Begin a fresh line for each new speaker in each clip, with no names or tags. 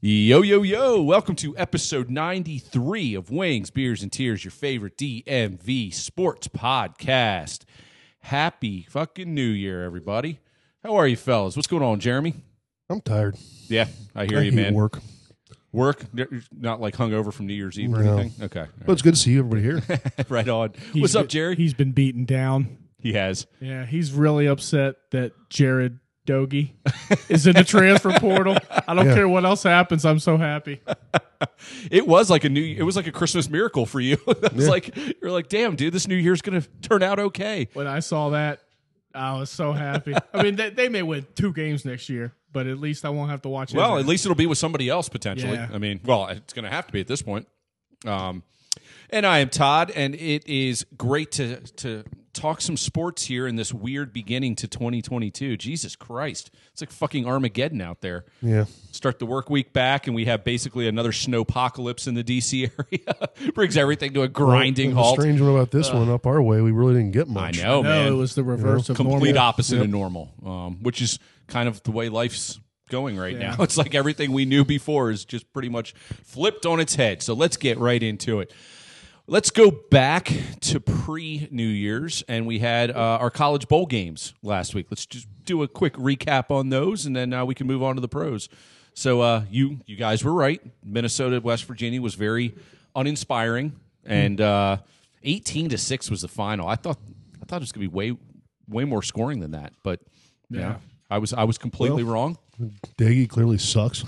Yo, yo, yo. Welcome to episode 93 of Wings, Beers, and Tears, your favorite DMV sports podcast. Happy fucking New Year, everybody. How are you, fellas? What's going on, Jeremy?
I'm tired.
Yeah, I hear
I
you,
hate
man.
Work,
Work? You're Not like hungover from New Year's Eve or
No.
anything? Okay. all
but it's good to see everybody here.
right. Right on.
He's
What's up,
been-
Jerry?
He's been beaten down.
He has.
Yeah, he's really upset that Jared Doge is in the transfer portal. I don't
Yeah.
care what else happens. I'm so happy.
It was like a new. It was like a Christmas miracle for you. It's like you're like, damn, dude, this New Year's gonna turn out okay.
When I saw that, I was so happy. I mean, they, they may win two games next year, but at least I won't have to watch it.
Well, at least it'll be with somebody else potentially.
Yeah.
I mean, well, it's going to have to be at this point. Um, and I am Todd, and it is great to to talk some sports here in this weird beginning to 2022. Jesus Christ, it's like fucking Armageddon out there.
yeah.
Start the work week back, and we have basically another snowpocalypse in the DC area. Brings everything to a grinding
the
halt.
strange one about this one up our way, we really didn't get
I
much.
know,
no,
man.
it was the reverse of normal.
complete opposite of normal, um, which is kind of the way life's going right
Yeah.
now. It's like everything we knew before is just pretty much flipped on its head. So let's get right into it. Let's go back to pre New Year's, and we had uh, our college bowl games last week. Let's just do a quick recap on those, and then uh, we can move on to the pros. So uh, you you guys were right. Minnesota West Virginia was very uninspiring, and uh, eighteen to six was the final. I thought I thought it was going to be way way more scoring than that, but yeah, I was I was completely wrong.
Daggy clearly sucks.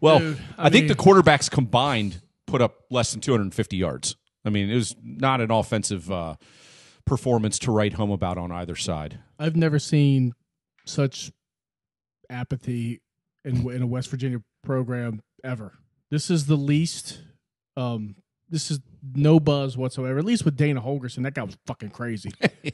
well,
Dude,
I,
I
think the
mean-
quarterbacks combined put up less than 250 yards. I mean, it was not an offensive uh, performance to write home about on either side.
I've never seen such apathy in in a West Virginia program ever. This is the least. Um, this is no buzz whatsoever. At least with Dana Holgerson, that guy was fucking crazy.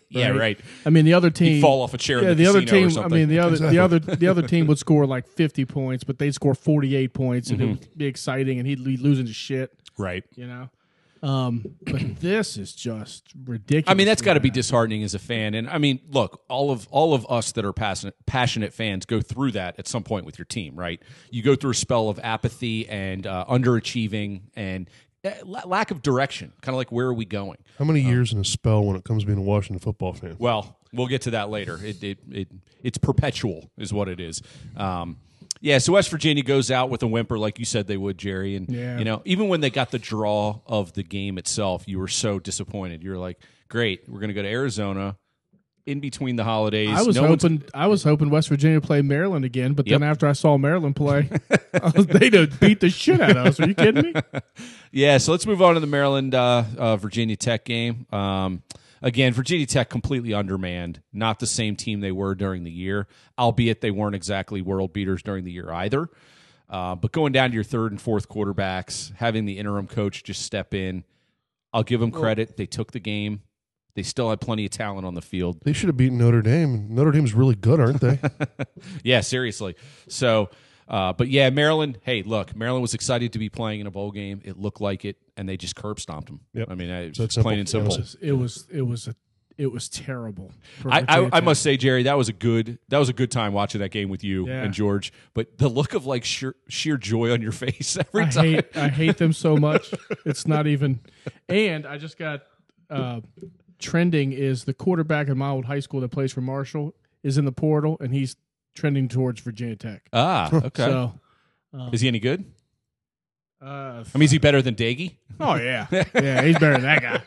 Yeah,
Right.
right.
I mean, the other team
He'd fall off a chair.
Yeah,
in the,
the, other
casino Or
team. I
something.
mean, the other
Exactly.
the other the other team would score like fifty points, but they'd score forty eight points, and
Mm-hmm.
it would be exciting, and he'd be losing his shit.
right.
You know. Um, but this is just ridiculous.
I mean, that's got to be disheartening as a fan. And I mean, look, all of all of us that are passionate passionate fans go through that at some point with your team, right? You go through a spell of apathy and uh, underachieving and uh, la- lack of direction, kind of like where are we going?
How many years in a spell when it comes to being a Washington football fan?
Well, we'll get to that later. It it, it it's perpetual, is what it is. Um, yeah, so West Virginia goes out with a whimper, like you said they would, Jerry. And
Yeah.
you know, even when they got the draw of the game itself, you were so disappointed. You were like, "Great, we're going to go to Arizona in between the holidays."
I was
No one's-
hoping I was hoping West Virginia play Maryland again, but
Yep.
then after I saw Maryland play, I was, they done beat the shit out of us. Are you kidding me?
Yeah, so let's move on to the Maryland uh, uh, Virginia Tech game. Um, again, Virginia Tech completely undermanned, not the same team they were during the year, albeit they weren't exactly world beaters during the year either. Uh, but going down to your third and fourth quarterbacks, having the interim coach just step in, I'll give them credit. They took the game. They still had plenty of talent on the field.
They should have beaten Notre Dame. Notre Dame's really good, aren't they?
Yeah, seriously. So, uh, but yeah, Maryland. Hey, look, Maryland was excited to be playing in a bowl game. It looked like it, and they just curb stomped them.
Yep.
I mean, it's
So it's
plain and
simple.
simple.
Yeah,
It was it was a it was terrible. for
I, I,
Virginia
I
Tech.
must say, Jerry, that was a good that was a good time watching that game with you
Yeah.
and George. But the look of like sheer, sheer joy on your face every
I
time.
hate I hate them so much. It's not even. And I just got uh, trending is the quarterback in my old high school that plays for Marshall is in the portal and he's trending towards Virginia Tech.
Ah, okay.
So,
is he any good?
uh,
I mean, is he better than Daggy?
oh yeah, yeah, he's better than that guy.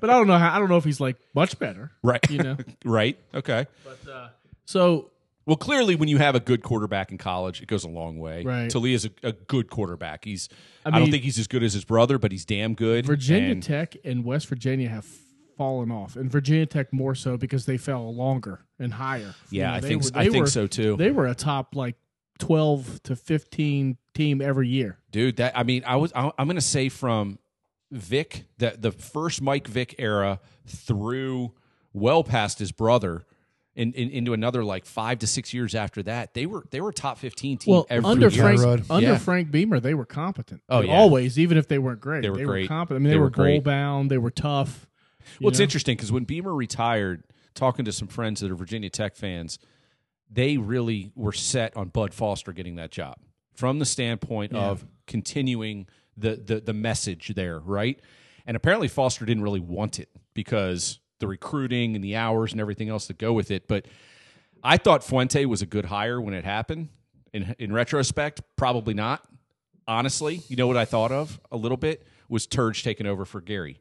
But I don't know how. I don't know if he's like much better.
Right.
You know.
right. Okay.
But uh, so
Well, clearly, when you have a good quarterback in college, it goes a long way.
Right.
Talia is a, a good quarterback. He's. I, don't
mean-
think he's as good as his brother, but he's damn good.
Virginia
And-
Tech and West Virginia have fallen off, and Virginia Tech more so because they fell longer and higher. You
Yeah,
know,
I
they
think
were-
I
they
think
were-
so too,
They were a top like twelve to fifteen team every year.
dude. That I mean, I was I, I'm gonna say from Vic that the first Mike Vick era through well past his brother. In, in, into another like five to six years after that, they were they were a top fifteen team every
under
year.
Frank
Tyrod.
under
Yeah.
Frank Beamer, they were competent.
Oh,
They
yeah.
always, even if they weren't great,
They were great.
competent. I mean,
They
they,
were
were goal
great.
bound. They were tough. you
Well, it's
know?
interesting because when Beamer retired, talking to some friends that are Virginia Tech fans, they really were set on Bud Foster getting that job from the standpoint
Yeah.
of continuing the, the the message there, right? And apparently Foster didn't really want it because the recruiting and the hours and everything else that go with it. But I thought Fuente was a good hire when it happened. In in retrospect, probably not. Honestly, you know what I thought of a little bit was Turge taking over for Gary.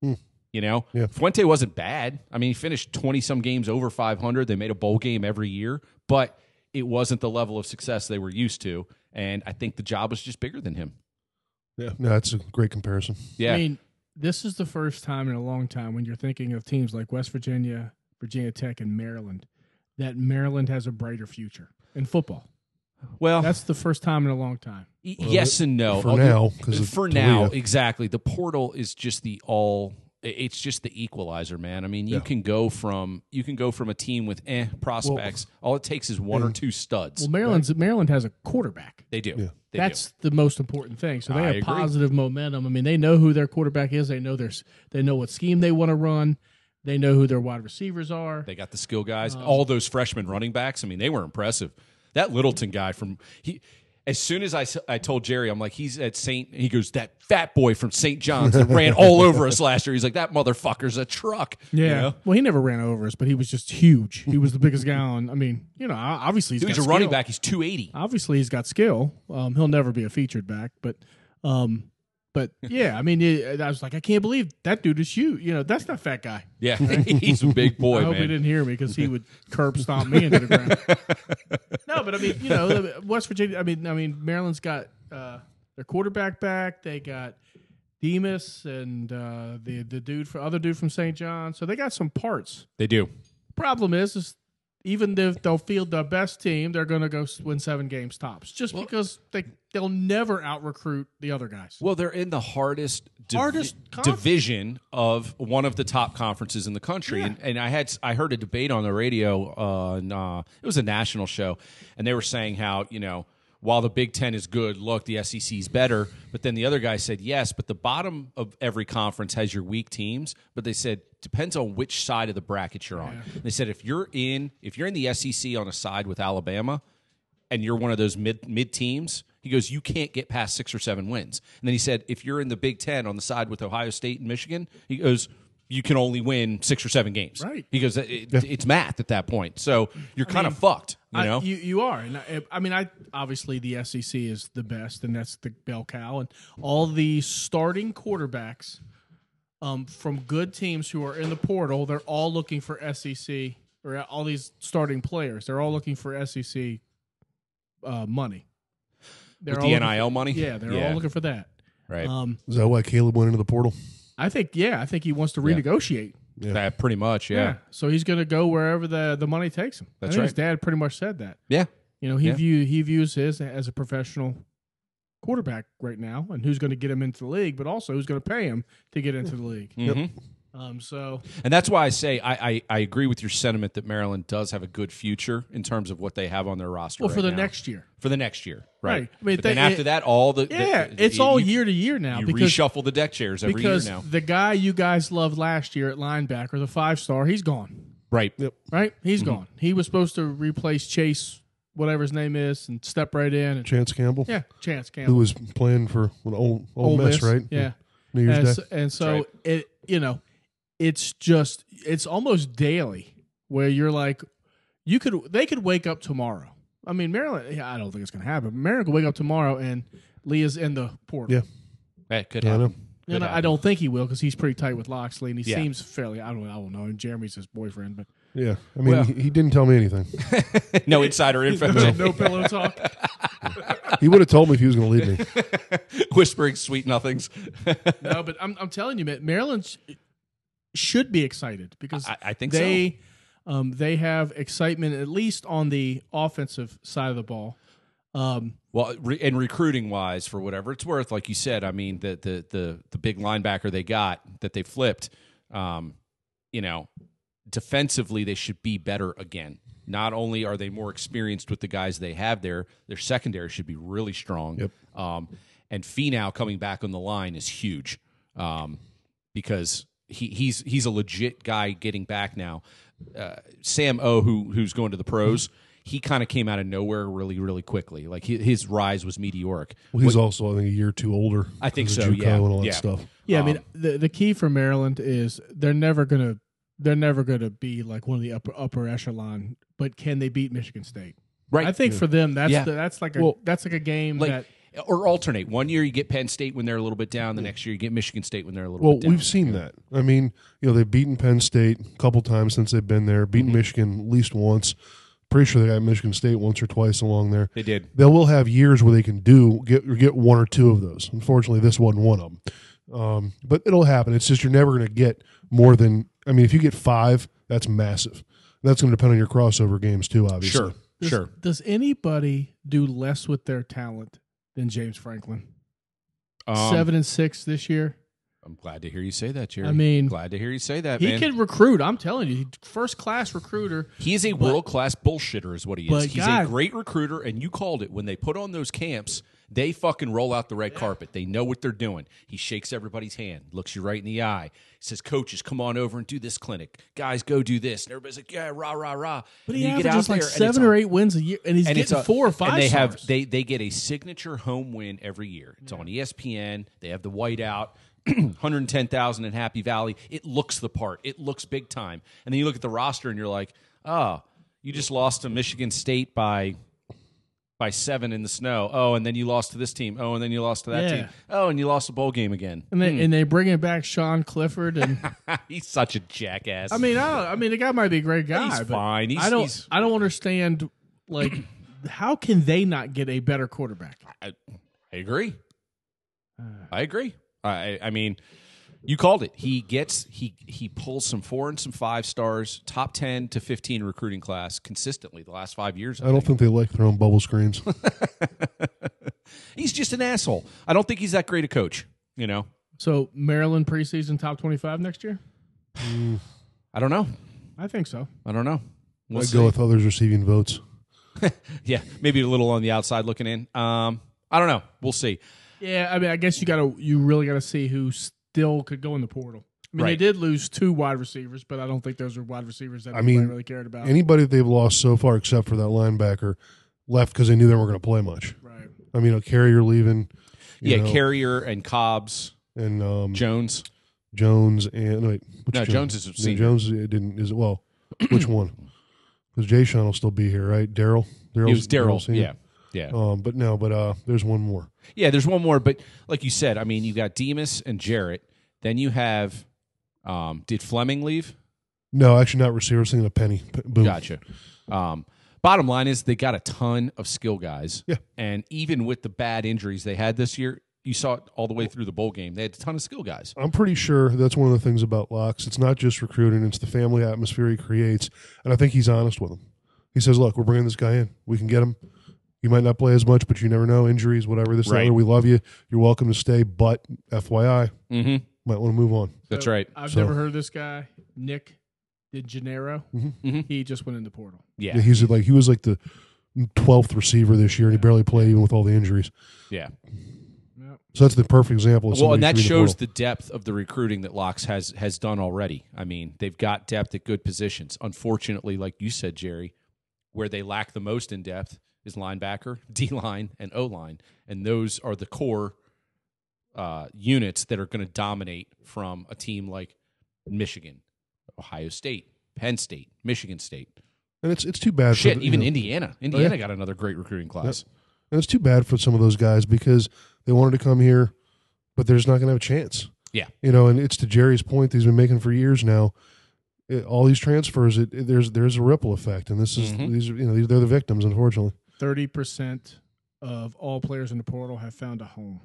Hmm.
You know,
Yeah.
Fuente wasn't bad. I mean, he finished twenty some games over five hundred. They made a bowl game every year, but it wasn't the level of success they were used to. And I think the job was just bigger than him.
Yeah, no, that's a great comparison.
Yeah,
I mean, this is the first time in a long time when you're thinking of teams like West Virginia, Virginia Tech, and Maryland that Maryland has a brighter future in football.
well,
That's the first time in a long time.
y- yes and no.
for
Although-
now, 'cause of
for now,
Talia.
exactly. The portal is just the all. i- It's just the equalizer, man. I mean, you
Yeah.
can go from you can go from a team with eh prospects. all it takes is one or
and-
two studs.
Well, Maryland's Maryland has a quarterback.
they do.
Yeah.
They do.
That's the most important thing. So they
I
have
agree.
positive momentum. I mean, they know who their quarterback is. They know their s- they know what scheme they want to run. They know who their wide receivers are.
They got the skill guys.
Oh.
All those freshman running backs. I mean, they were impressive. That Littleton guy from he. As soon as I, s- I told Jerry, I'm like, he's at St. He goes, that fat boy from St. John's that ran all over us last year. He's like, that motherfucker's a truck. you know?
Well, he never ran over us, but he was just huge. He was the biggest guy on. I mean, you know, o- obviously he's
Dude's
got
a running
skill.
back. He's 280.
Obviously he's got skill. Um, he'll never be a featured back, but um, but yeah, I mean, it, I was like, I can't believe that dude is huge. You know, that's not fat guy.
Yeah, he's a big boy,
I hope he
man.
didn't hear me because he would curb stomp me into the ground. no, but I mean, you know, West Virginia. I mean, I mean, Maryland's got uh, their quarterback back. They got Demas and uh, the the dude for other dude from St. John. So they got some parts.
They do.
Problem is, is even if they'll field the best team, they're going to go s- win seven games tops, just because they they'll never out recruit the other guys.
Well, they're in the hardest, div-
Hardest conference.
division of one of the top conferences in the country. And, and I had I heard a debate on the radio. Uh, on, uh, it was a national show, and they were saying how you know while the Big Ten is good, look the SEC's better. But then the other guy said yes, but the bottom of every conference has your weak teams. But they said depends on which side of the bracket you're on. They said if you're in if you're in the SEC on a side with Alabama, and you're one of those mid mid teams, he goes, you can't get past six or seven wins. And then he said, if you're in the Big Ten on the side with Ohio State and Michigan, he goes, you can only win six or seven games.
Right.
He goes, "It- it- it's math at that point, so you're kind of fucked. You
I-
know,
you, you are, and I, I mean, I obviously the SEC is the best, and that's the bell cow, and all the starting quarterbacks um, from good teams who are in the portal, they're all looking for SEC or all these starting players. They're all looking for SEC uh, money. They're
with
all
the
looking
NIL money.
for- yeah, they're all looking for that.
right.
Um,
Is that why Caleb went into the portal?
I think, yeah, I think he wants to renegotiate.
yeah.
That pretty much. Yeah.
so he's going to go wherever the the money takes him. I
That's
think His
right.
dad pretty much said that.
Yeah.
You know, he
Yeah.
view he views his as a professional quarterback right now, and who's going to get him into the league, but also who's going to pay him to get into the league.
Mhm.
Um, so
And that's why I say I, I, I agree with your sentiment that Maryland does have a good future in terms of what they have on their roster.
well, for
right
the
now.
next year,
for the next year, right?
Right. I mean,
but
they-
then after
it-
that, all the the-
yeah,
the-
it's all
you-
year to year now
You
because
reshuffle the deck chairs every year
because
now,
the guy you guys loved last year at linebacker, the five star, he's gone.
right?
Right, He's
Mm-hmm.
gone. He was supposed to replace Chase, whatever his name is, and step right in. And
Chance Campbell,
yeah, Chance Campbell.
who was playing for an old
Ole
old Miss,
Miss,
right?
yeah.
New Year's
and
Day.
so, and so
right.
it you know it's just it's almost daily where you're like you could they could wake up tomorrow i mean maryland yeah, i don't think it's going to happen but maryland could wake up tomorrow and leah's in the portal
Yeah.
That could
I
happen.
know.
and I, I don't think he will because he's pretty tight with loxley and he
Yeah.
seems fairly i don't i don't know and jeremy's his boyfriend but
Yeah, I mean,
Well-
he, he didn't tell me anything.
no insider info.
no, no pillow talk
He would have told me if he was going to leave me.
Whispering sweet nothings.
no but i'm, I'm telling you man, maryland sh- should be excited because
I, I think so.
they um, they have excitement at least on the offensive side of the ball. Um,
Well, re- and recruiting wise, for whatever it's worth, like you said, I mean the the the the big linebacker they got that they flipped, um, you know, defensively they should be better again. Not only are they more experienced with the guys they have there, their secondary should be really strong.
Yep.
Um, and Finau coming back on the line is huge. Um, because he, he's he's a legit guy getting back now. Uh, Sam O, who who's going to the pros, he kind of came out of nowhere really, really quickly. Like his, his rise was meteoric.
Well, he's also, I think, a year or two older.
I think
'cause of
so,
JUCO
yeah,
And all that
yeah.
stuff.
Yeah, I
Um,
mean the the key for Maryland is they're never gonna they're never gonna be like one of the upper upper echelon, but can they beat Michigan State?
Right.
I think for them that's
Yeah.
the, that's like a
Well,
that's like a game
like
that
or alternate. One year you get Penn State when they're a little bit down. The next year you get Michigan State when they're a little
Well,
bit down.
we've seen that. I mean, you know, they've beaten Penn State a couple times since they've been there,
Mhm.
beaten Michigan at least once. Pretty sure they got Michigan State once or twice along there.
they did.
They will have years where they can do get or get one or two of those. Unfortunately, this wasn't one of them. Um, but it'll happen. It's just you're never going to get more than. I mean, if you get five, that's massive. That's going to depend on your crossover games too. Obviously,
Sure,
does,
sure.
does anybody do less with their talent than James Franklin?
Um,
Seven and six this year.
I'm glad to hear you say that, Jerry.
I mean,
glad to hear you say that,
He
man.
can recruit. I'm telling you, first class recruiter.
He's a world class bullshitter, is what he is.
But
He's
God-
a great recruiter, and you called it. When they put on those camps, they fucking roll out the red carpet. They know what they're doing. He shakes everybody's hand, looks you right in the eye, says, "Coaches, come on over and do this clinic. Guys, go do this." And everybody's like, "Yeah, rah rah rah." And
But he
you get
averages
out
like
there, and it's
seven
a-
or eight wins a year, and he's
and it's
getting
a-
four or five.
And they
stars.
have they they get a signature home win every year. It's on E ESPN. They have the whiteout. 110,000 in Happy Valley. It looks the part. It looks big time. And then you look at the roster and you're like, "Oh, you just lost to Michigan State by by 7 in the snow. Oh, and then you lost to this team. Oh, and then you lost to that
Yeah.
team. Oh, and you lost the bowl game again."
and they and they bringing back Sean Clifford and
He's such a jackass.
I mean, I don't. I mean, the guy might be a great guy.
He's
but
fine. He's-
I don't.
he's-
I don't understand. Like, how can they not get a better quarterback?
I, I agree. I agree. I I mean, you called it. He gets he he pulls some four and some five stars, top ten to fifteen recruiting class consistently the last five years. I
I don't think they like throwing bubble screens.
think. He's just an asshole. I don't think he's that great a coach. You know,
So Maryland preseason top twenty-five next year.
I don't know.
I think so.
I don't know. We'll
I'd
see.
go with others receiving votes.
yeah, maybe a little on the outside looking in. Um, I don't know. We'll see.
Yeah, I mean, I guess you gotta. You really gotta see who still could go in the portal. I mean, they
Right.
did lose two wide receivers, but I don't think those are wide receivers that
I
I mean,
mean,
really cared about.
Anybody that they've lost so far, except for that linebacker, left because they knew they weren't going to play much.
right.
I mean, a carrier leaving. you
yeah,
know,
Carrier and Cobbs
and um,
Jones.
Jones and no, wait, which
No, Jones is a
No,
senior.
Jones is- it didn't is it well? Which one? Because Jay Sean will still be here, right? Daryl.
It was Daryl.
senior?
Yeah, yeah.
Um, but no, but uh, there's one more.
Yeah, there's one more, but like you said, I mean, you got Demas and Jarrett. Then you have, um, did Fleming leave?
No, actually not receiver. I was thinking of Penny. P- boom.
Gotcha. Um, bottom line is they got a ton of skill guys.
Yeah.
And even with the bad injuries they had this year, you saw it all the way through the bowl game. They had a ton of skill guys.
I'm pretty sure that's one of the things about Locks. It's not just recruiting; it's the family atmosphere he creates, and I think he's honest with them. He says, "Look, we're bringing this guy in. We can get him. You might not play as much, but you never know. Injuries, whatever. This,
Right.
right. we love you. You're welcome to stay, but FYI,
Mm-hmm.
might want to move on."
That's
So,
right.
I've
So-
never heard of this guy, Nick DeGenero.
Mhm.
He just went in the portal.
Yeah.
Yeah, he's like he was like the twelfth receiver this year, and he barely played even with all the injuries.
Yeah.
Yep.
So that's the perfect example. Of
Well, and
somebody
that
who's
shows
in
the depth of the recruiting that Locks has has done already. I mean, they've got depth at good positions. Unfortunately, like you said, Jerry, where they lack the most in depth is linebacker, D line, and O line, and those are the core uh, units that are going to dominate from a team like Michigan, Ohio State, Penn State, Michigan State.
the portal. and it's it's too bad.
Shit,
for, the-
even
you know, Oh,
Indiana. Indiana got another great recruiting class.
and it's too bad for some of those guys because they wanted to come here, but they're just not going to have a chance.
Yeah.
you know, and it's to Jerry's point that he's been making for years now. It- all these transfers, it, it- there's there's a ripple effect, and this is
Mhm.
these are you know these, they're the victims, unfortunately.
thirty percent of all players in the portal have found a home,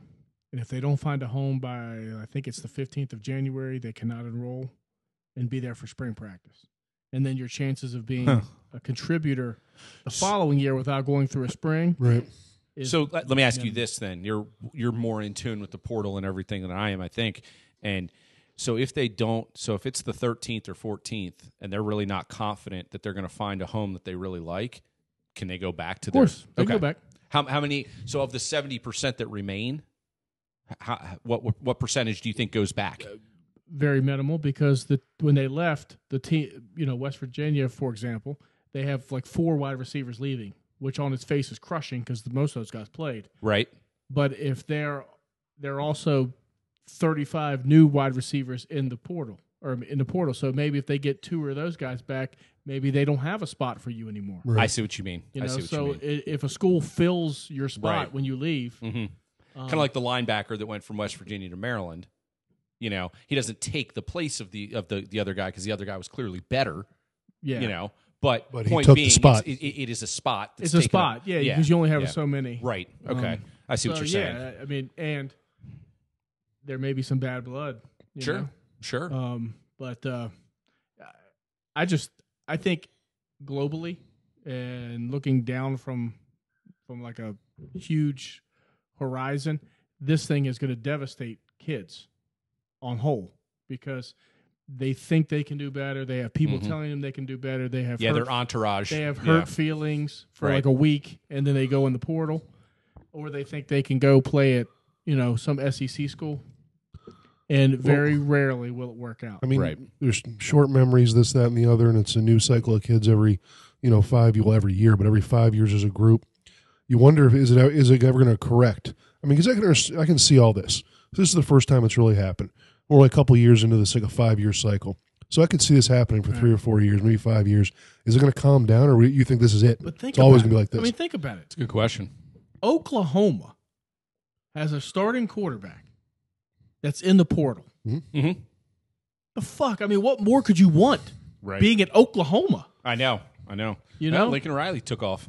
and if they don't find a home by I think it's the fifteenth of January, they cannot enroll and be there for spring practice. And then your chances of being
Huh.
a contributor the following year without going through a spring.
Right.
Is,
So let, let me ask you
Yeah.
this then. You're you're more in tune with the portal and everything than I am, I think. And so if they don't, so if it's the 13th or 14th and they're really not confident that they're going to find a home that they really like, can they go back to
of course,
their
they go back.
How how many so of the 70% that remain, h- how, what what- what percentage do you think goes back?
Very minimal because the when they left the team, you know West Virginia, for example, they have like four wide receivers leaving, which on its face is crushing because most of those guys played.
right?
But if they're they're also 35 new wide receivers in the portal or in the portal, so maybe if they get two of those guys back, maybe they don't have a spot for you anymore.
I
Right.
see what you mean.
You
I
know,
see what
so
you mean.
i- if a school fills your spot
Right.
when you leave,
Mm-hmm.
Uh-huh.
kind of like the linebacker that went from West Virginia to Maryland. You know, he doesn't take the place of the of the, the other guy because the other guy was clearly better.
um, yeah,
You know, but,
But he
point
took the
being, it's-
spot.
It, it- it is a spot. that's
it's a
taken up.
spot, yeah, because you only have
yeah.
so many,
right. Okay, I see what
So,
you're saying.
yeah, I mean, and there may be some bad blood. you
sure,
know?
sure.
Um, but uh, I just I think globally and looking down from from like a huge horizon, this thing is going to devastate kids on whole because they think they can do better. They have people
Mhm.
telling them they can do better. They have
yeah,
hurt
their entourage.
they have
Yeah.
hurt feelings for
Right.
like a week and then they go in the portal or they think they can go play at you know some sec school and very rarely will it work out
I mean,
Right.
there's short memories, this, that, and the other, and it's a new cycle of kids every, you know, five well every year, but every five years as a group. You wonder if is it is it ever going to correct? I mean, because I can underst- I can see all this. This is the first time it's really happened. We're only a couple years into this like a five year cycle, so I could see this happening for three or four years, maybe five years. Is it going to calm down, or you think this is it?
but think
it's always going to
about
be
it.
like this.
i mean think about it
Good question.
oklahoma has a starting quarterback that's in the portal
hmm
the fuck i mean what more could you want
Right.
being at oklahoma
I know. I know.
You
Well,
know?
Lincoln Riley took off.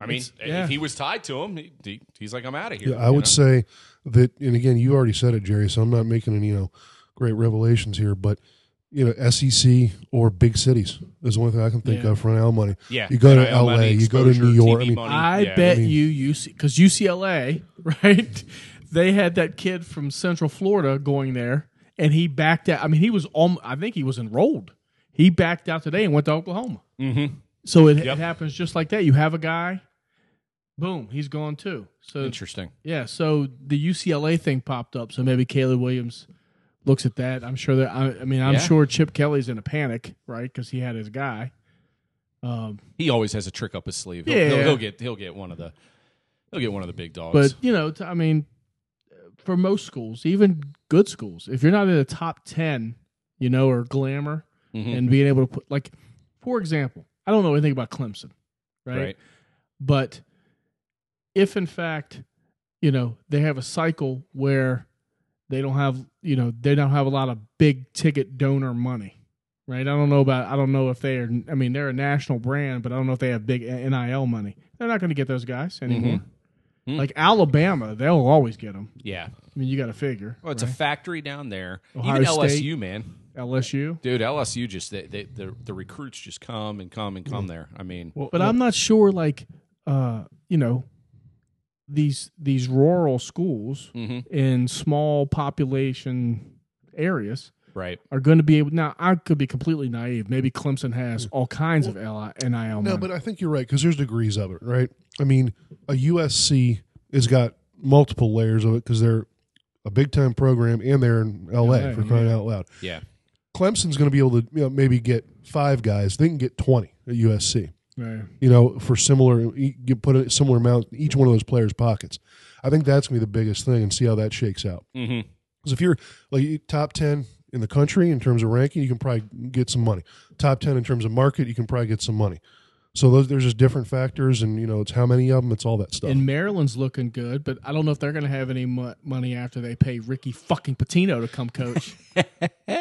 I mean,
It's- yeah.
if he was tied to him, he- he, he's like, I'm out of here.
Yeah, I
you
would
know?
say that, and again, you already said it, Jerry. So I'm not making any you know great revelations here, but you know, SEC or big cities is the only thing I can think
Yeah.
of for NIL money.
Yeah,
you go to
NIL
LA,
money,
you go to
exposure,
New York. I
TV
mean,
money.
I
Yeah.
bet you UC because UCLA, right? They had that kid from Central Florida going there, and he backed out. I mean, he was on. I think he was enrolled. He backed out today and went to Oklahoma.
Mhm.
So it,
Yep.
it happens just like that. You have a guy, boom, he's gone too. So
Interesting.
yeah, so the UCLA thing popped up. So maybe Caleb Williams looks at that. I'm sure that I, I mean I'm
Yeah.
sure Chip Kelly's in a panic, right? Because he had his guy. Um,
He always has a trick up his sleeve. He'll,
Yeah.
he'll, he'll get he'll get one of the he'll get one of the big dogs.
But you know, t- I mean, for most schools, even good schools, if you're not in the top ten, you know, or glamour,
Mhm.
and being able to put like, for example, I don't know anything about Clemson, right?
right,
But if in fact, you know, they have a cycle where they don't have, you know, they don't have a lot of big ticket donor money. Right, I don't know about. I don't know if they are. I mean, they're a national brand, but I don't know if they have big nil money. They're not going to get those guys
Mm-hmm.
anymore.
Mm.
Like Alabama, they'll always get them.
yeah.
I mean, you got to figure.
Well, it's a factory down there.
Ohio
Even
State.
LSU, man,
a LSU.
dude, LSU just they, they, the the recruits just come and come and come
Mm.
there. I mean,
But I'm not sure, like, uh, you know, these these rural schools
mhm.
in small population areas
right,
are going to be able. Now, I could be completely naive. Maybe Clemson has
Mm.
all kinds of LI, nil.
no,
money.
but I think you're right because there's degrees of it, right? I mean, a USC has got multiple layers of it because they're a big time program and they're in LA,
LA,
for crying out loud.
yeah,
Clemson's going to be able to you know, maybe get five guys. They can get 20 at USC.
Right.
you know, for similar, you put a similar amount in each one of those players' pockets. I think that's going to be the biggest thing and see how that shakes out.
hmm
Because if you're like you- top 10 in the country in terms of ranking, you can probably get some money. Top 10 in terms of market, you can probably get some money. So those, there's just different factors, and you know, it's how many of them, it's all that stuff.
And Maryland's looking good, but I don't know if they're going to have any mo- money after they pay Ricky fucking Patino to come coach.
all right, so-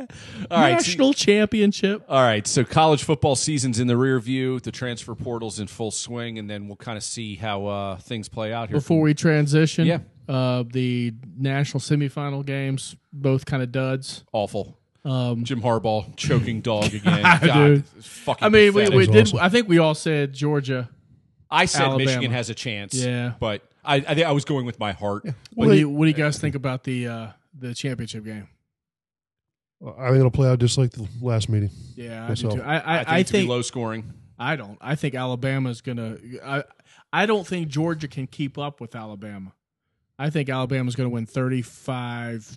Eh. National championship.
All right, so college football season's in the rear view, the transfer portal's in full swing, and then we'll kind of see how uh, things play out here.
before we transition.
Yeah.
Uh, the national semifinal games, both kind of duds.
Awful.
Um,
Jim Harbaugh choking dog again.
God, dude.
it's fucking.
I mean, we,
pathetic.
we
That
did.
was awesome.
I think we all said Georgia.
I said
Alabama.
Michigan has a chance.
Yeah.
but I I, think I was going with my heart.
What,
Well,
do, you, what do you guys think about the uh, the championship game?
I think it'll play out just like the last meeting.
Yeah, I do
Myself.
too. I, I,
I think
I
it's gonna be
think
low scoring.
I don't. I think Alabama's gonna. I I don't think Georgia can keep up with Alabama. I think Alabama's gonna win 35-20.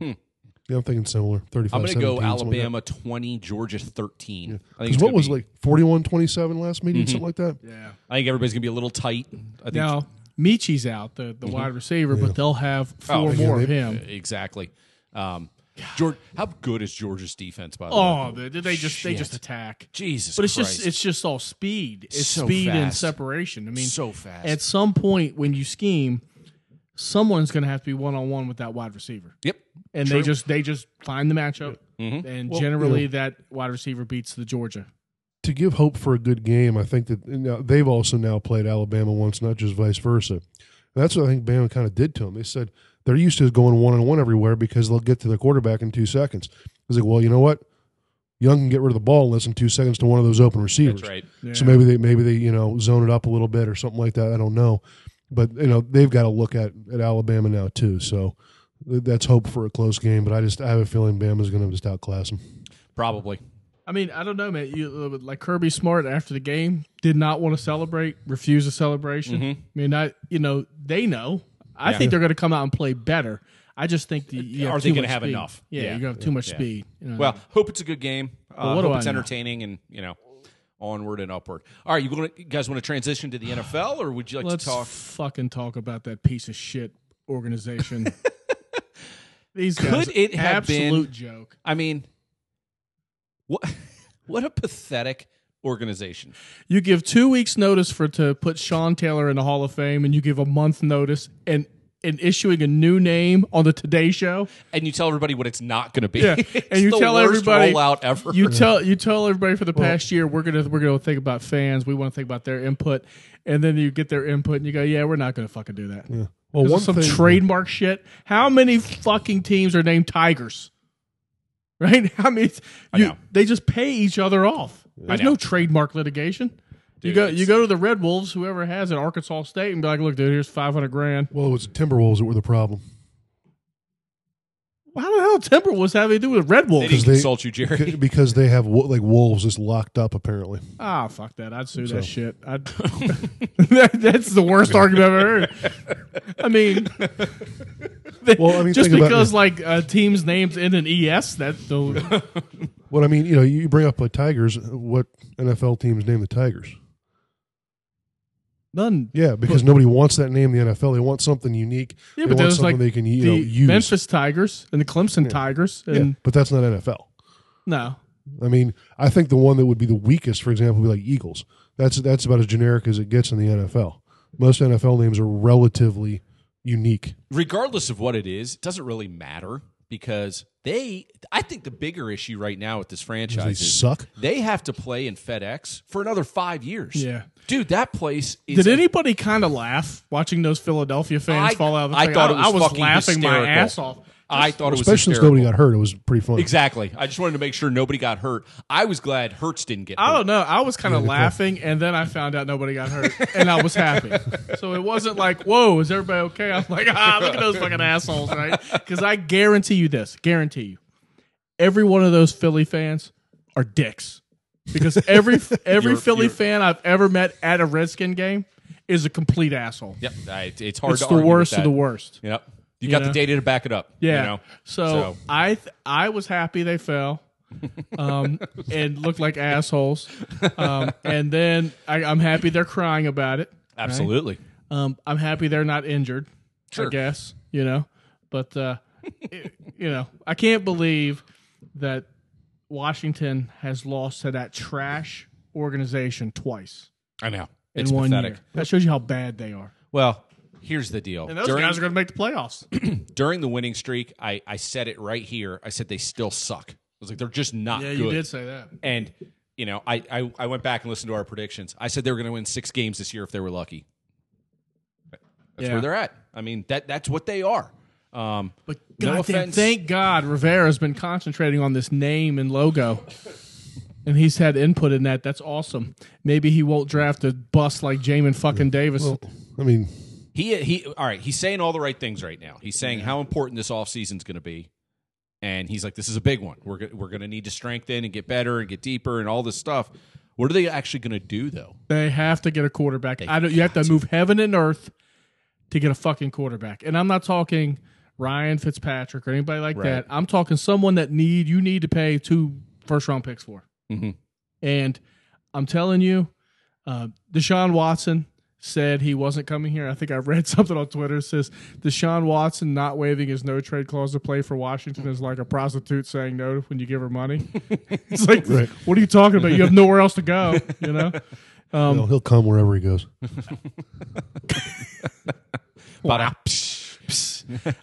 Yeah, I'm thinking similar. 35
I'm going to go
17, something like that.
Alabama 20, Georgia 13. I, think
Because
it's
what
gonna
was
be-
like 41 27 last meeting,
Mhm.
something like that?
Yeah.
I think everybody's going to be a little tight. I think
Now Michi's out, the, the wide receiver, but they'll have
Oh,
four
yeah,
more of
they-
him.
Exactly. Um, George, how good is Georgia's defense? By the
Oh,
way,
they, they just they just attack.
Jesus,
But it's
Christ.
just it's just all speed. It's
So
speed and
fast.
separation. I mean,
so fast.
at some point when you scheme, someone's going to have to be one on one with that wide receiver,
yep.
and
True. Mm-hmm.
they just they just find the matchup, and generally that wide receiver beats the Georgia.
To give hope for a good game, I think that you know, they've also now played Alabama once, not just vice versa. And that's what I think Bama kind of did to them. They said they're used to going one on one everywhere because they'll get to their quarterback in two seconds. It's like, well, you know what? Young can get rid of the ball in less than two seconds to one of those open receivers.
That's right.
So
Yeah.
maybe they maybe they you know zone it up a little bit or something like that. I don't know, but you know they've got to look at at Alabama now too. So th- that's hope for a close game. But I just I have a feeling Bama's going to just outclass them.
Probably.
I mean, I don't know, man. You, uh, like Kirby Smart after the game did not want to celebrate, refuse a celebration. I mean, I you know they know. I
Mm-hmm. Yeah.
think they're going to come out and play better. I just think the you
Are
have
they
too
gonna
much
have
speed.
enough?
Yeah,
Yeah.
you're going to have too much
Yeah.
speed. you know.
Well, hope it's a good game. Uh,
Well, what do
hope
I
it's
know?
entertaining and you know, onward and upward. All right, you, wanna, you guys want to transition to the NFL, or would you like
let's
to talk?
fucking talk about that piece of shit organization. These guys,
Could it have been-
absolute joke?
I mean, what what a pathetic organization.
You give two weeks notice for to put Sean Taylor in the Hall of Fame, and you give a month notice and and issuing a new name on the Today Show.
And you tell everybody what it's not going to be.
Yeah,
It's
and you
the
tell
worst
everybody-
rollout ever.
You tell you tell everybody for the past year we're gonna we're gonna think about fans. We want to think about their input, and then you get their input and you go, yeah, we're not gonna fucking do that.
Well,
This is some trademark shit. How many fucking teams are named Tigers? Right? I mean, it's- you-
know.
they just pay each other off. There's
know.
no trademark litigation. you
Dude,
go
it's-
you go to the Red Wolves, whoever has it, Arkansas State, and be like, look, dude, here's five hundred grand.
Well, it was the Timberwolves that were the problem
Well, how the hell Timberwolves have anything to do with Red
they
Wolves?
didn't
they-
consult you, Jerry.
C- because they have wo- like wolves just locked up apparently.
Ah, fuck that. I'd sue
So.
that shit. I'd, that, that's the worst argument I've ever heard. I mean,
Well, I mean,
just
think about-
because like a team's names end in es, that the,
What I mean, you know, you bring up the Tigers. What NFL teams name the Tigers?
none.
Yeah, because nobody wants that name in the NFL. They want something unique.
Yeah,
they
but
want
there's
something
like
they can you
the
know, use.
Memphis Tigers and the Clemson Tigers,
yeah,
and
but that's not NFL.
no,
I mean, I think the one that would be the weakest, for example, would be like Eagles. That's that's about as generic as it gets in the NFL. Most NFL names are relatively unique.
regardless of what it is, it doesn't really matter because they. I think the bigger issue right now with this
They
franchise is
suck.
they have to play in FedEx for another five years.
Yeah.
dude, that place is.
Did anybody kind of laugh watching those Philadelphia fans
I-
fall out? Of the
I
thing?
thought it was
I, was
fucking
laughing my
hysterical.
ass off.
I thought it was
Especially since
hysterical.
nobody got hurt. It was pretty funny.
exactly. I just wanted to make sure nobody got hurt. I was glad Hertz didn't get.
I
hurt.
don't know. I was kind of laughing, and then I found out nobody got hurt, and I was happy. So it wasn't like, "Whoa, is everybody okay?" I'm like, "Ah, look at those fucking assholes!" Right? Because I guarantee you this, guarantee you, every one of those Philly fans are dicks. Because every every
You're-
Philly
you're-
fan I've ever met at a Redskin game is a complete asshole.
Yep, I, it's hard.
It's
to
the
argue with
worst of
that.
the worst.
Yep, you, got the
know?
data to back it up.
Yeah.
you know?
So,
So-
I th- I was happy they fell. um, and looked like assholes. Um, and then I, I'm happy they're crying about it.
absolutely.
Um, I'm happy they're not injured.
Sure.
I guess you know, but uh, it- you know, I can't believe that Washington has lost to that trash organization twice
I know
in
it's
one
pathetic.
year. That shows you how bad they are.
Well, here's the deal.
And those
During-
guys are going to make the playoffs.
during the winning streak, I, I said it right here. I said they still suck. I was like, they're just not
yeah,
good.
you did say that.
And you know, I, I I went back and listened to our predictions. I said they were going to win six games this year if they were lucky. That's
Yeah.
where they're at. I mean that that's what they are. Um,
But
No
goddamn,
offense.
thank God Rivera's been concentrating on this name and logo. And he's had input in that. That's awesome. Maybe he won't draft a bust like Jamin fucking Davis.
I mean,
he he. All right, he's saying all the right things right now. He's saying how important this offseason is going to be, and he's like, this is a big one. We're go- we're going to need to strengthen and get better and get deeper and all this stuff. What are they actually going to do though?
They have to get a quarterback. I don't, you have to move heaven and earth to get a fucking quarterback. And I'm not talking Ryan Fitzpatrick or anybody like
Right.
that. I'm talking someone that need you need to pay two first round picks for.
Mhm.
And I'm telling you, uh, Deshaun Watson said he wasn't coming here. I think I read something on Twitter that says Deshaun Watson not waiving his no trade clause to play for Washington is like a prostitute saying no when you give her money. it's like,
Right.
what are you talking about? You have nowhere else to go. You know,
Um,
No, he'll come wherever he goes.
Hmm. Bada.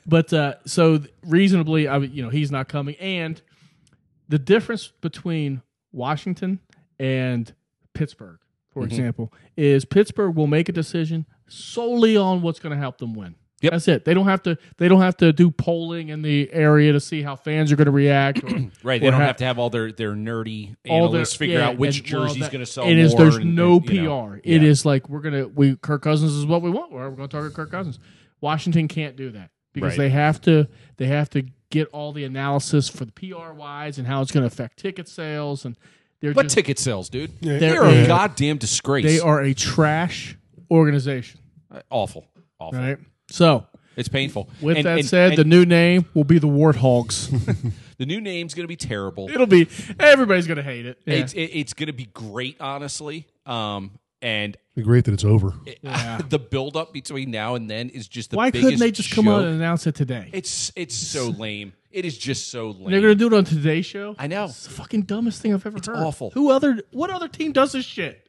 But uh, so th- reasonably, I would- you know he's not coming, and the difference between Washington and Pittsburgh, for example, is Pittsburgh will make a decision solely on what's going to help them win.
Yep.
That's it. They don't have to. They don't have to do polling in the area to see how fans are going to react. Or
Right, they
or
don't
ha-
have to have all their their nerdy
all their-
analysts figure
yeah,
out which
and, well,
jersey's
that-
going to sell
It is.
more
There's
and-
no
and,
PR.
you know.
It
Yeah.
is like we're gonna we Kirk Cousins is what we want. We're going to target Kirk Cousins. Washington can't do that because
Right.
they have to they have to get all the analysis for the PR wise and how it's going to affect ticket sales and they're
What
just,
ticket sales, dude?
Yeah.
They're
Yeah.
a goddamn disgrace.
they are a trash organization,
awful, awful.
right? So.
It's painful.
With
And-
that
and-
said,
and
the new name will be the Warthogs.
the new name's going to be terrible.
It'll be everybody's gonna hate it. Yeah.
It's it, it's going to be great, honestly. Um, and
It'd be great that it's over.
the buildup between now and then is just the
Why
biggest
couldn't they just come
joke.
out and announce it today?
It's it's so lame. It is just so lame.
They're gonna do it on today's show.
I know.
It's the fucking dumbest thing I've ever heard.
awful.
Who other? What other team does this shit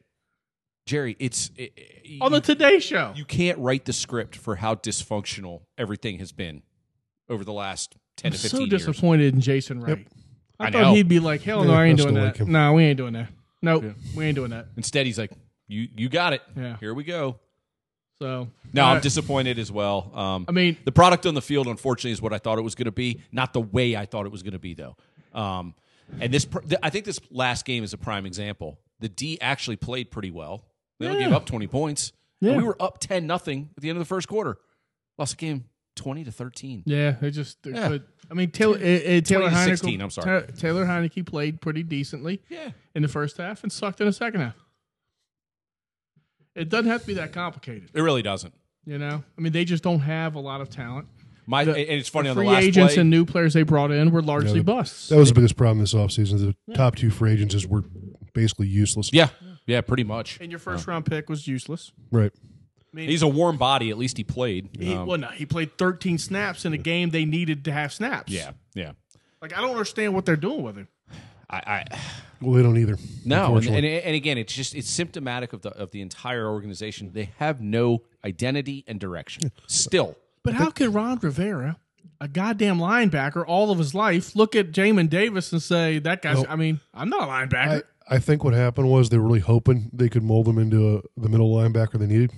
Jerry, it's it, it-
on the
you-
Today Show?
you can't write the script for how dysfunctional everything has been over the last 10
I'm
to 15
so
years.
disappointed in Jason Wright. I,
I
thought
know.
he'd be like, "Hell no,
Yeah,
I ain't
I
doing
still
that.
like him.
no, we ain't doing that. Nope, we ain't doing that."
Instead, he's like, "You you got it.
Yeah.
Here we go."
So
No,
I,
I'm disappointed as well. Um,
I mean,
the product on the field, unfortunately, is what I thought it was going to be. Not the way I thought it was going to be, though. Um, and this, pr- th- I think, this last game is a prime example. The D actually played pretty well. They only gave
Yeah.
up 20 points.
Yeah.
And we were up 10 nothing at the end of the first quarter. Lost the game 20 to 13.
yeah, it just. It
Yeah.
could, I mean, Taylor, it, it, Taylor
2016,
Heineke.
I'm sorry.
Ta- Taylor Heineke played pretty decently
Yeah.
in the first half and sucked in the second half. It doesn't have to be that complicated,
It really doesn't.
you know. I mean, they just don't have a lot of talent.
My
The-
and it's funny
the
on
free
the last
agents
play.
and new players they brought in were largely
Yeah,
busts.
That was the biggest problem this offseason. The top two free agents is were basically useless.
yeah, yeah, pretty much.
and your first round pick was useless.
Right.
He's a warm body. At least he played.
He,
Um,
well, no, he played 13 snaps in a game they needed to have snaps.
yeah, yeah.
like I don't understand what they're doing with him.
I, I
Well, they don't either.
No, and,
unfortunately.
and and again, it's just it's symptomatic of the of the entire organization. They have no identity and direction. Still,
But how could Ron Rivera, a goddamn linebacker all of his life, look at Jamin Davis and say that guy's? I mean, I'm not a linebacker.
I, I think what happened was they were really hoping they could mold them into a, the middle linebacker they needed.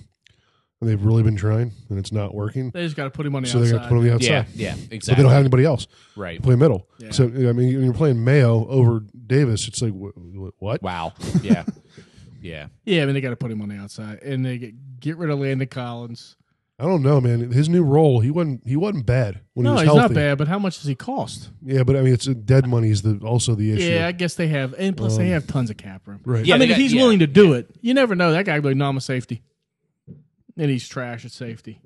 And they've really been trying, and it's not working.
they just got to put him on the
So they're going to
outside.
put him on the outside.
yeah, yeah,
But they
exactly,
don't have anybody else
right?
to play middle.
Yeah.
So, I mean, when you're playing Mayo over Davis, it's like, wh- wh- what?
Wow, yeah, yeah.
yeah, I mean they got to put him on the outside, and they get, get rid of Landon Collins.
I don't know, man. His new role, he wasn't he wasn't bad when he
No,
was
he's
healthy.
not bad, but how much does he cost?
Yeah, but I mean, it's dead money is the also the issue.
Yeah, I guess they have, and plus they have tons of cap room.
right.
Um, Yeah,
I mean,
they
if
got-
he's
yeah,
willing to do it, you never know. That guy would be like, no, I'm a safety. And he's trash at safety.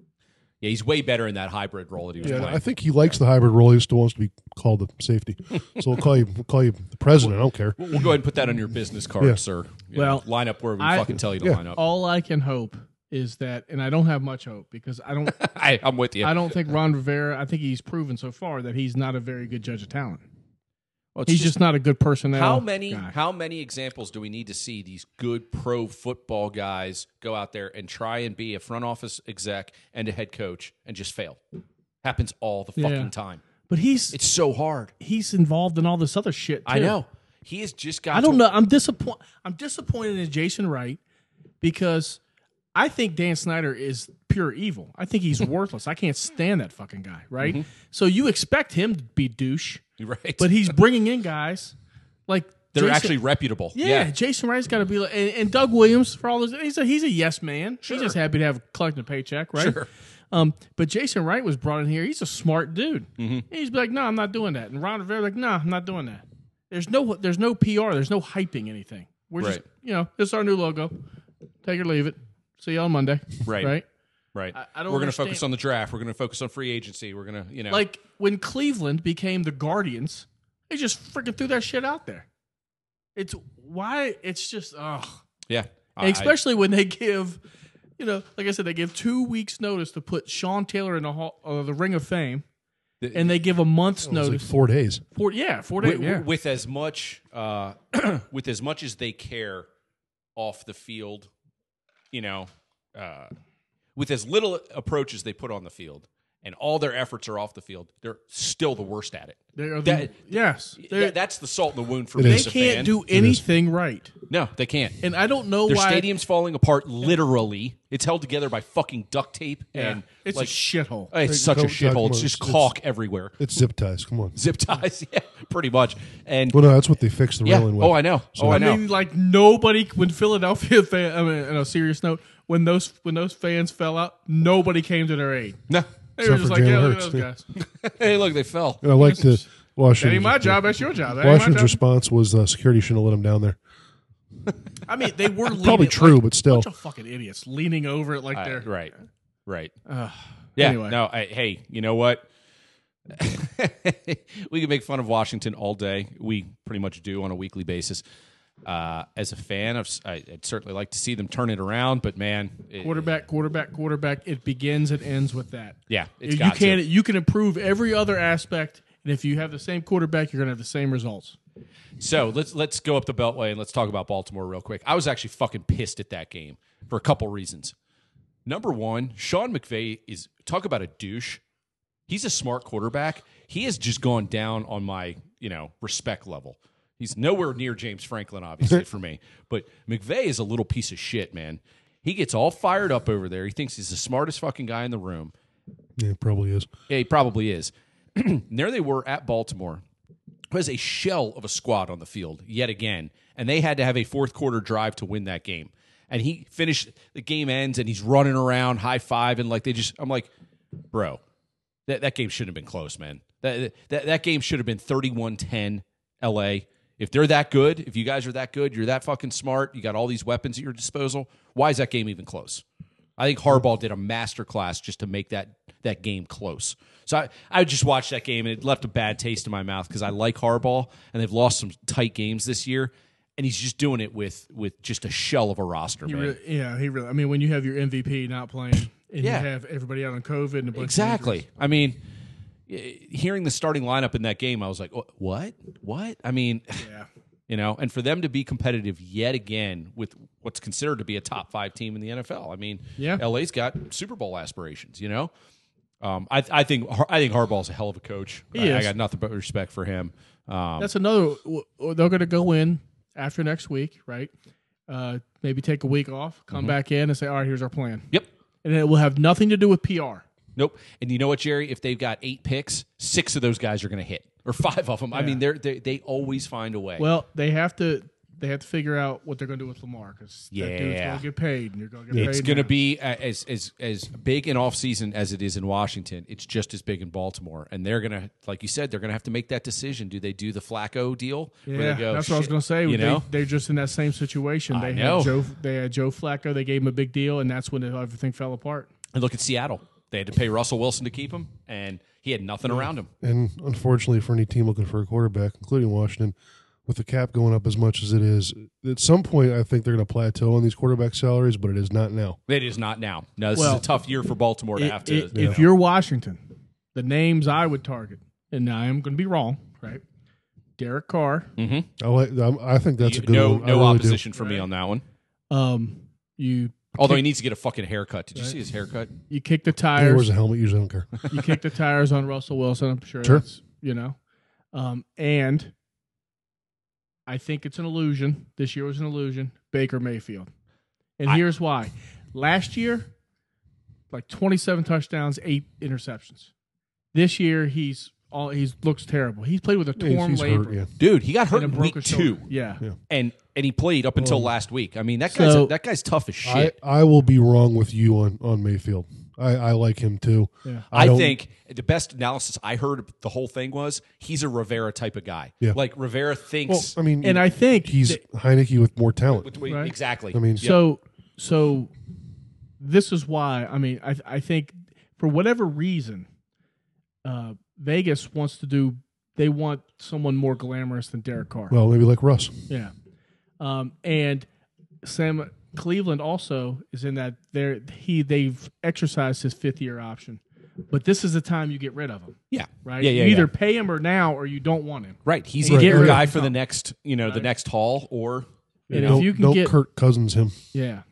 Yeah, he's way better in that hybrid role that he was
Yeah,
playing.
I think he likes the hybrid role. He still wants to be called the safety. so we'll call you we'll call you the president. I don't care.
we'll go ahead and put that on your business card,
Yeah.
sir. You
Well,
know, line up where we
I-
fucking tell you to
yeah.
line up.
All I can hope is that, and I don't have much hope because I don't,
I, I'm with you.
I don't think Ron Rivera. I think he's proven so far that he's not a very good judge of talent.
Well, it's
He's just, not a good personnel.
how many
guy.
how many examples do we need to see these good pro football guys go out there and try and be a front office exec and a head coach and just fail? Happens all the
Yeah.
fucking time.
But he's
It's so hard.
he's involved in all this other shit.
I
too.
know. He has just got
I don't
to-
know. I'm disappointed. I'm disappointed in Jason Wright because I think Dan Snyder is pure evil. I think he's worthless. I can't stand that fucking guy. Right.
Mm-hmm.
So you expect him to be douche,
You're right.
but he's bringing in guys like
they're
Jason-
actually reputable.
Yeah,
Yeah.
Jason Wright's got to be like, and, and Doug Williams for all those. He's a, he's a yes man. He's just happy to have collecting a paycheck, right?
Sure.
Um, but Jason Wright was brought in here. He's a smart dude.
Mm-hmm.
And He's be like, no, I'm not doing that. And Ron Rivera like, no, I'm not doing that. There's no there's no PR. There's no hyping anything. We're just
Right.
you know this is our new logo. Take or leave it. See you on Monday.
Right.
Right.
right?
I, I don't.
We're going to
understand-
focus on the draft. We're going to focus on free agency. We're going to, you know,
like when Cleveland became the Guardians. They just freaking threw that shit out there. It's why it's just oh,
yeah, I- I-
especially when they give, you know, like I said, they give two weeks notice to put Sean Taylor in the hall, uh, the Ring of Fame,
The- Oh,
and they give a month's
It was like
notice.
four days.
Four, yeah, four
wi-
days.
wi-
Yeah.
with, as much uh, with as much as they care off the field, you know, uh, with as little approach as they put on the field, and all their efforts are off the field, they're still the worst at it.
They are the,
That-
yes,
Th-
They're-
that's the salt in the wound for
It
me.
they
as a fan.
can't do anything right,
no, they can't.
and I don't know
Their
why.
stadium's falling apart literally. It's held together by fucking duct tape
Yeah.
and
it's
like
a shithole.
it's such a
Don't-
shithole.
don't-
It's just
it's-
caulk everywhere.
It's zip ties. Come on.
Zip ties, yeah, pretty much. And
Well, no, that's what they fixed the
yeah,
railing with.
oh, I know. Oh, I
I,
know.
mean, like nobody when Philadelphia. Fan, I mean, on a serious note, when those when those fans fell out, nobody came to their aid.
No.
They were
Except
just
for
like,
Jalen
yeah, look at
Hurts,
those guys. That
Hey, look, they fell.
And I like the Washington.
ain't my job. That's your job. That ain't my
Washington's
job.
response was uh, security shouldn't have let him down there.
I mean, they were leaning,
Probably true, but still.
Bunch of fucking idiots leaning over it like
Uh,
they're
right, right.
Ugh.
yeah.
anyway.
No. I, hey, you know what? we can make fun of Washington all day. We pretty much do on a weekly basis. Uh, as a fan, I've, I- I'd certainly like to see them turn it around, but man, it-
quarterback, quarterback, quarterback. It begins and ends with that.
yeah, it's
you
got
can
to.
you can improve every other aspect, and if you have the same quarterback, you're gonna have the same results.
So let's let's go up the Beltway and let's talk about Baltimore real quick. I was actually fucking pissed at that game for a couple reasons. Number one, Sean McVay is talk about a douche. He's a smart quarterback. He has just gone down on my you know respect level. He's nowhere near James Franklin, obviously for me. But McVay is a little piece of shit, man. He gets all fired up over there. He thinks he's the smartest fucking guy in the room.
Yeah, it probably is.
Yeah, he probably is. And there they were at Baltimore, who has a shell of a squad on the field yet again, and they had to have a fourth quarter drive to win that game. And he finished the game ends, and he's running around, high five, and like they just, I'm like, bro, that that game shouldn't have been close, man. That that that game should have been 31-10 LA. If they're that good, if you guys are that good, you're that fucking smart, you got all these weapons at your disposal, why is that game even close? I think Harbaugh did a masterclass just to make that that game close. So I, I just watched that game and it left a bad taste in my mouth because I like Harbaugh and they've lost some tight games this year, and he's just doing it with with just a shell of a roster,
He
man.
really, yeah, he really. I mean, when you have your MVP not playing, and
Yeah.
you have everybody out on COVID and a bunch of
Exactly.
injuries.
I mean, eh, hearing the starting lineup in that game, I was like, "Wha- what? What? I mean,
yeah,
you know, and for them to be competitive yet again with what's considered to be a top five team in the NFL. I mean,
Yeah.
LA's got Super Bowl aspirations, you know? Um, I, I think Har- I think Harbaugh's a hell of a coach.
He
I, I
is.
got nothing but respect for him. Um,
that's another. w- w- They're gonna go in after next week, right? Uh, maybe take a week off, come
Mm-hmm.
back in, and say, all right, here's our plan,
yep.
and it will have nothing to do with PR.
Nope. And you know what, Jerry? If they've got eight picks, six of those guys are going to hit, or five of them. I mean, they're, they they always find a way.
Well, they have to they have to figure out what they're going to do with Lamar because that dude's
Yeah.
going to get paid and you're going to get paid.
It's going to
now.
be uh, as as as big in offseason as it is in Washington. It's just as big in Baltimore, and they're going to, like you said, they're going to have to make that decision. Do they do the Flacco deal? where
Yeah,
they go,
that's what I was
"Shit,"
going to say.
You know,
they, are just in that same situation. They
know.
had Joe. They had Joe Flacco. They gave him a big deal, and that's when everything fell apart.
and look at Seattle. They had to pay Russell Wilson to keep him, and he had nothing around him.
And unfortunately, for any team looking for a quarterback, including Washington, with the cap going up as much as it is, at some point I think they're going to plateau on these quarterback salaries, but it is not now.
It is not now. No, this
Well,
is a tough year for Baltimore to
It-
have to.
it-
you
If
know.
you're Washington, the names I would target, and I am going to be wrong, right? Derek Carr.
Mm.
I like. I'm- I think that's a good
no
one. I
no
really do.
opposition for me on that one.
Um, you
Although he needs to get a fucking haircut. Did you see his haircut?
you kick the
He
tires.
wears a helmet. Usually, I don't care.
you kick the tires on Russell Wilson. I'm sure.
Sure.
That's, you know, um, and I think it's an illusion. This year was an illusion. Baker Mayfield, and
I-
here's why. Last year, like 27 touchdowns, eight interceptions. This year, he's all he's looks terrible. He's played with a
Yeah, he's-
torn
he's hurt,
labrum
yeah.
Dude, he got hurt
and a
in
broken
week two,
shoulder. Oh. Yeah.
Yeah.
and and he played up until last week. I mean, that guy's
So-
that guy's tough as shit.
I, I will be wrong with you on on Mayfield. I, I like him too.
Yeah.
I,
don't-
think the best analysis I heard of the whole thing was he's a Rivera type of guy.
Yeah.
Like Rivera
Well,
thinks
I mean,
And I think
he's Heineke with more talent.
Wait,
Right.
exactly.
I mean,
Yep.
So so this is why. I mean, I I think for whatever reason, uh, Vegas wants to do. They want someone more glamorous than Derek Carr.
Well, maybe like Russ.
Yeah. Um, and Sam Cleveland also is in that there he they've exercised his fifth year option. But this is the time you get rid of him,
Yeah.
right?
Yeah, yeah,
you either
yeah.
pay him or now or you don't want him.
Right. He's
Right.
either your
Right.
guy for the next, you know, the
Right.
next haul or
And
don't
if you can
don't
get
Kirk Cousins him.
yeah.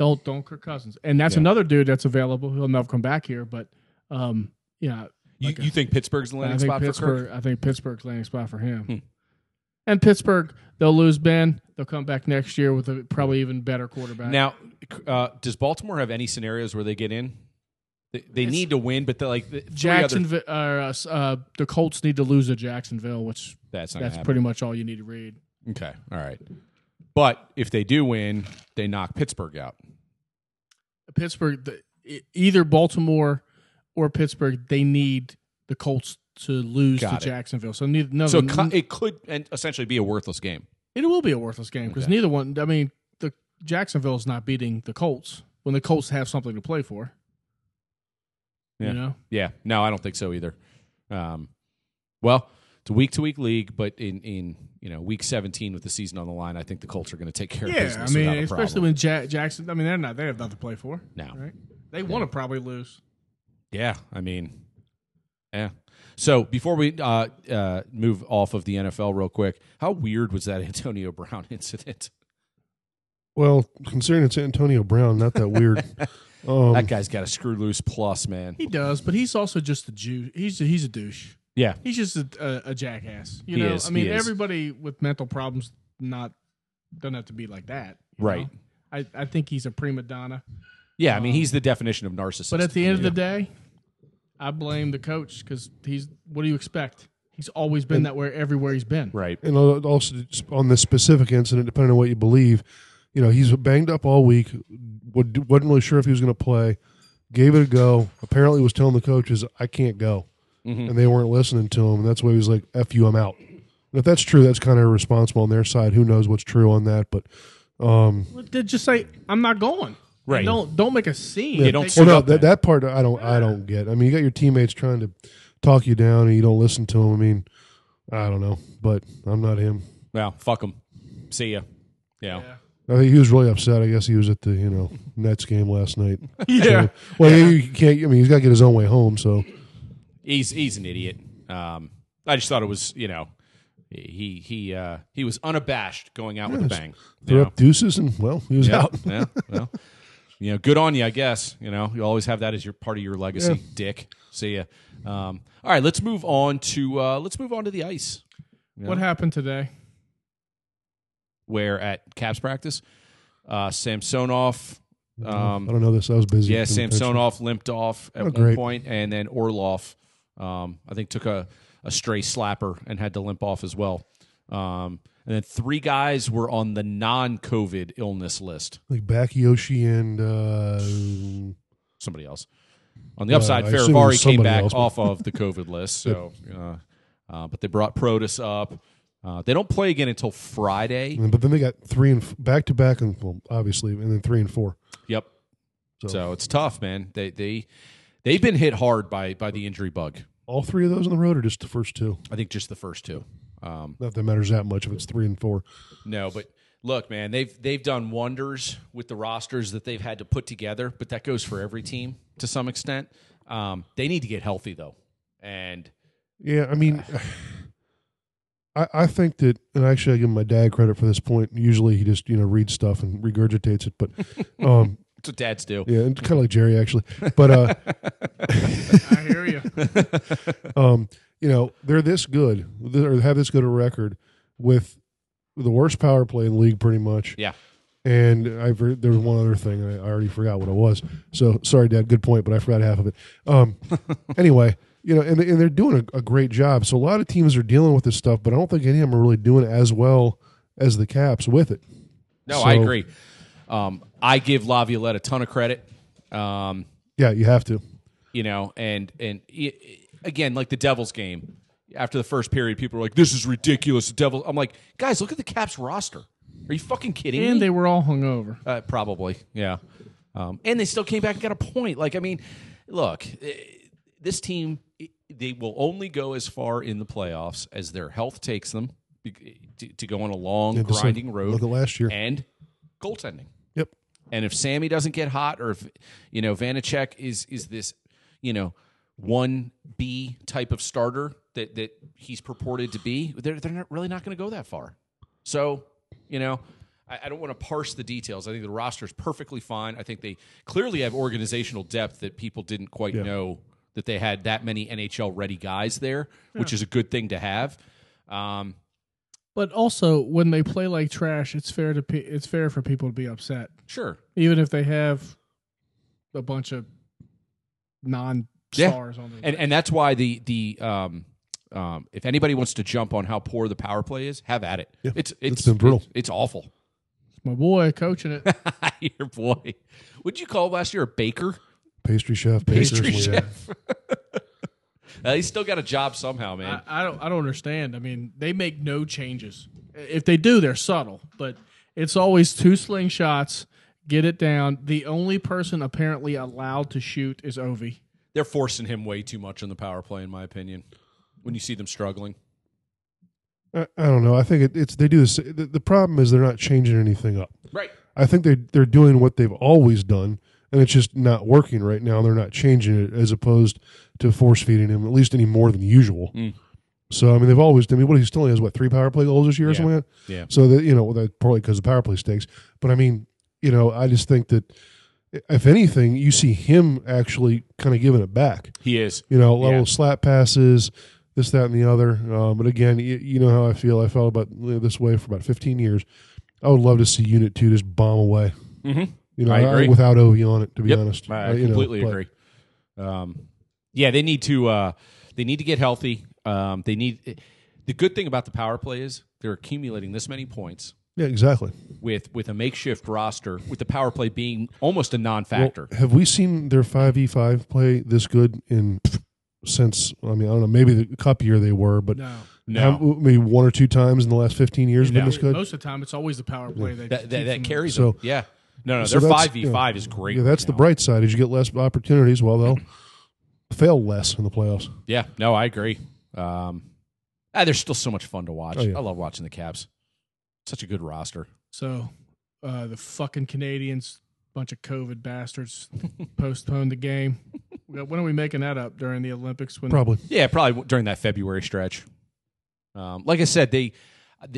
Don't don't Kirk Cousins. And that's
Yeah.
another dude that's available. He'll never come back here, but um yeah,
you,
Like a-
you think Pittsburgh's the landing
I think
spot for Kirk?
Pittsburgh. I think Pittsburgh's landing spot for him.
Hmm.
And Pittsburgh, they'll lose Ben. They'll come back next year with a probably even better quarterback.
Now, uh, does Baltimore have any scenarios where they get in? They, they need to win, but they're like the three other-
Jacksonville, uh, uh, the Colts need to lose to Jacksonville, which
that's not gonna
that's
happen.
pretty much all you need to read.
Okay. All right. But if they do win, they knock Pittsburgh out.
Pittsburgh, the, e- either Baltimore or Pittsburgh, they need the Colts to lose
Got
to
it.
Jacksonville. So neither, no,
So it cou- it could and essentially be a worthless game.
it will be a worthless game because
Okay.
neither one. I mean, the Jacksonville's not beating the Colts when the Colts have something to play for.
Yeah.
You know,
Yeah. No, I don't think so either. Um, well, it's a week to week league, but in, in you know week 17 with the season on the line, I think the Colts are going to take care of
yeah. I
business.
mean,
without a
especially
problem.
when ja- Jackson. I mean, they're not. They have nothing to play for.
No.
right? They want to probably lose.
Yeah, I mean, yeah. So before we uh, uh, move off of the NFL real quick, how weird was that Antonio Brown incident?
Well, considering it's Antonio Brown, not that weird. Um,
That guy's got a screw loose plus, man.
He does, but he's also just a Jew. He's a, he's a douche.
Yeah,
He's just a, a, a jackass. You
He
know,
is,
I mean,
he is.
everybody with mental problems not doesn't have to be like that. you
Right.
know? I, I think he's a prima donna.
yeah. I mean, he's the definition of narcissist.
But at the end of the day, I blame the coach because he's. What do you expect? He's always been that way everywhere he's been.
right?
and al- also on this specific incident, depending on what you believe, you know he's banged up all week. wa- wasn't really sure if he was going to play. Gave it a go. Apparently, was telling the coaches, "I can't go," and they weren't listening to him. And that's why he was like, "F you, I'm out." And if that's true, that's kind of irresponsible on their side. Who knows what's true on that? But
Well, They just say, "I'm not going."
Right.
Don't don't make a scene.
Yeah, don't
Take-
suit
well, no,
up
that,
then.
that part I don't I don't get. I mean, you got your teammates trying to talk you down, and you don't listen to them. I mean, I don't know, but I'm not him.
Well, fuck him. See ya. Yeah.
Yeah.
I think Uh, he was really upset. I guess he was at the you know Nets game last night.
Yeah.
Well, he can't. I mean, he's got to get his own way home. So
he's he's an idiot. Um, I just thought it was you know he he uh, he was unabashed going out with a
Yes.
bang. you
threw
know?
up deuces, and well, he was
Yeah,
out.
yeah. Well, you know, good on you, I guess. You know, you always have that as your part of your legacy, Dick. See ya. Um, all right, let's move on to uh, let's move on to the ice.
What happened today?
Where at Caps practice, uh, Samsonov,
I
um,
don't know this. I was busy.
yeah,
Didn't pay attention.
Samsonov limped off at
Oh,
one
great.
point, and then Orlov, um, I think, took a a stray slapper and had to limp off as well. Um, and then three guys were on the non-COVID illness list.
like Bakiyoshi and uh,
somebody else. On the upside,
I assume it
Ferravari
was
came
somebody
back
else, but-
off of the COVID list. So, uh, uh, but they brought Protus up. Uh, they don't play again until Friday.
but then they got three and back to back, and well, obviously, and then three and four.
Yep. So.
So-
it's tough, man. They they they've been hit hard by by the injury bug.
All three of those on the road, or just the first two?
I think just the first two. Um,
Not that it matters that much if it's three and four.
no, but look, man, they've they've done wonders with the rosters that they've had to put together. But that goes for every team to some extent. Um, they need to get healthy though, and
Yeah, I mean, I, I think that, and actually, I give my dad credit for this point. Usually, he just you know reads stuff and regurgitates it, but um,
that's what dads do.
yeah, and kind of like Jerry actually. But uh,
I hear you.
um, you know, they're this good or have this good a record with the worst power play in the league, pretty much.
Yeah.
And I've heard, there was one other thing and I already forgot what it was. So sorry, Dad. Good point, but I forgot half of it. Um, anyway, you know, and, and they're doing a, a great job. So a lot of teams are dealing with this stuff, but I don't think any of them are really doing as well as the Caps with it.
No, I
So-
agree. Um, I give Laviolette a ton of credit. Um,
Yeah, you have to.
you know, and and i i- again, like the Devils game after the first period, people were like, "This is ridiculous." The Devils. I'm like, guys, look at the Caps roster. Are you fucking kidding
And
me?
they were all hungover.
uh, probably, yeah. Um, and they still came back and got a point. Like, I mean, look, eh, this team, eh, they will only go as far in the playoffs as their health takes them be- eh, to, to go on a long,
Yeah, just like-
grinding
like
road
the last year.
and goaltending.
Yep.
And if Sammy doesn't get hot, or if you know Vanacek is is this you know one B type of starter that that he's purported to be, they're they're not, really not going to go that far. So you know. I I don't want to parse the details. I think the roster is perfectly fine. I think they clearly have organizational depth that people didn't quite know that they had that many NHL ready guys there, which is a good thing to have. Um,
But also, when they play like trash, it's fair to pe- it's fair for people to be upset,
sure,
even if they have a bunch of non
Yeah.
stars on the
and and that's why the the um, um, if anybody wants to jump on how poor the power play is, have at it. It's it's
been brutal.
It's, it's awful.
my boy coaching it.
Your boy, would you call last year a baker,
Pastry chef,
pastry
baker's leader.
chef? Uh, he's still got a job somehow, man.
I, I don't I don't understand. I mean, they make no changes. If they do, they're subtle, but it's always two slingshots, get it down. The only person apparently allowed to shoot is Ovi.
They're forcing him way too much on the power play, in my opinion. When you see them struggling,
I, I don't know. I think it, it's they do this. The, the problem is they're not changing anything up.
right?
I think they they're doing what they've always done, and it's just not working right now. They're not changing it as opposed to force feeding him at least any more than usual.
Mm.
So I mean, they've always. I mean, what he still has what three power play goals this year or
Yeah.
something. Like that?
Yeah.
So that you know that probably because of power play stakes. But I mean, you know, I just think that if anything, you see him actually kind of giving it back
He is.
you know, little
Yeah.
slap passes, this, that, and the other. Um, but again, you, you know how I feel. I felt about this way for about 15 years. I would love to see Unit Two just bomb away.
Mhm.
You know,
I agree.
without Ovi on it, to be
Yep.
honest.
I
Uh, you know,
completely
but
agree. Um, yeah, they need to uh, they need to get healthy. Um, they need the good thing about the power play is they're accumulating this many points
Yeah, exactly.
with with a makeshift roster with the power play being almost a
Well,
non-factor.
have we seen their five e five play this good in since? I mean, I don't know. Maybe the cup year they were, but
No.
No.
how- maybe one or two times in the last 15 years
No.
been this good.
Most of the time it's always the power play that
that that,
keeps them-
that carries
So-
them. Yeah. No, no,
so
their
that's-
five v five is great.
Yeah, that's
right
the
now.
bright side. Is you get less opportunities, well, they'll fail less in the playoffs.
Yeah, no, I agree. Um, ah, they're still so much fun to watch.
Oh, yeah.
I love watching the Caps. Such a good roster.
So uh, the fucking Canadians, bunch of COVID bastards, postponed the game. When are we making that up during the Olympics? When
Probably.
Yeah, probably during that February stretch. Um, like I said, they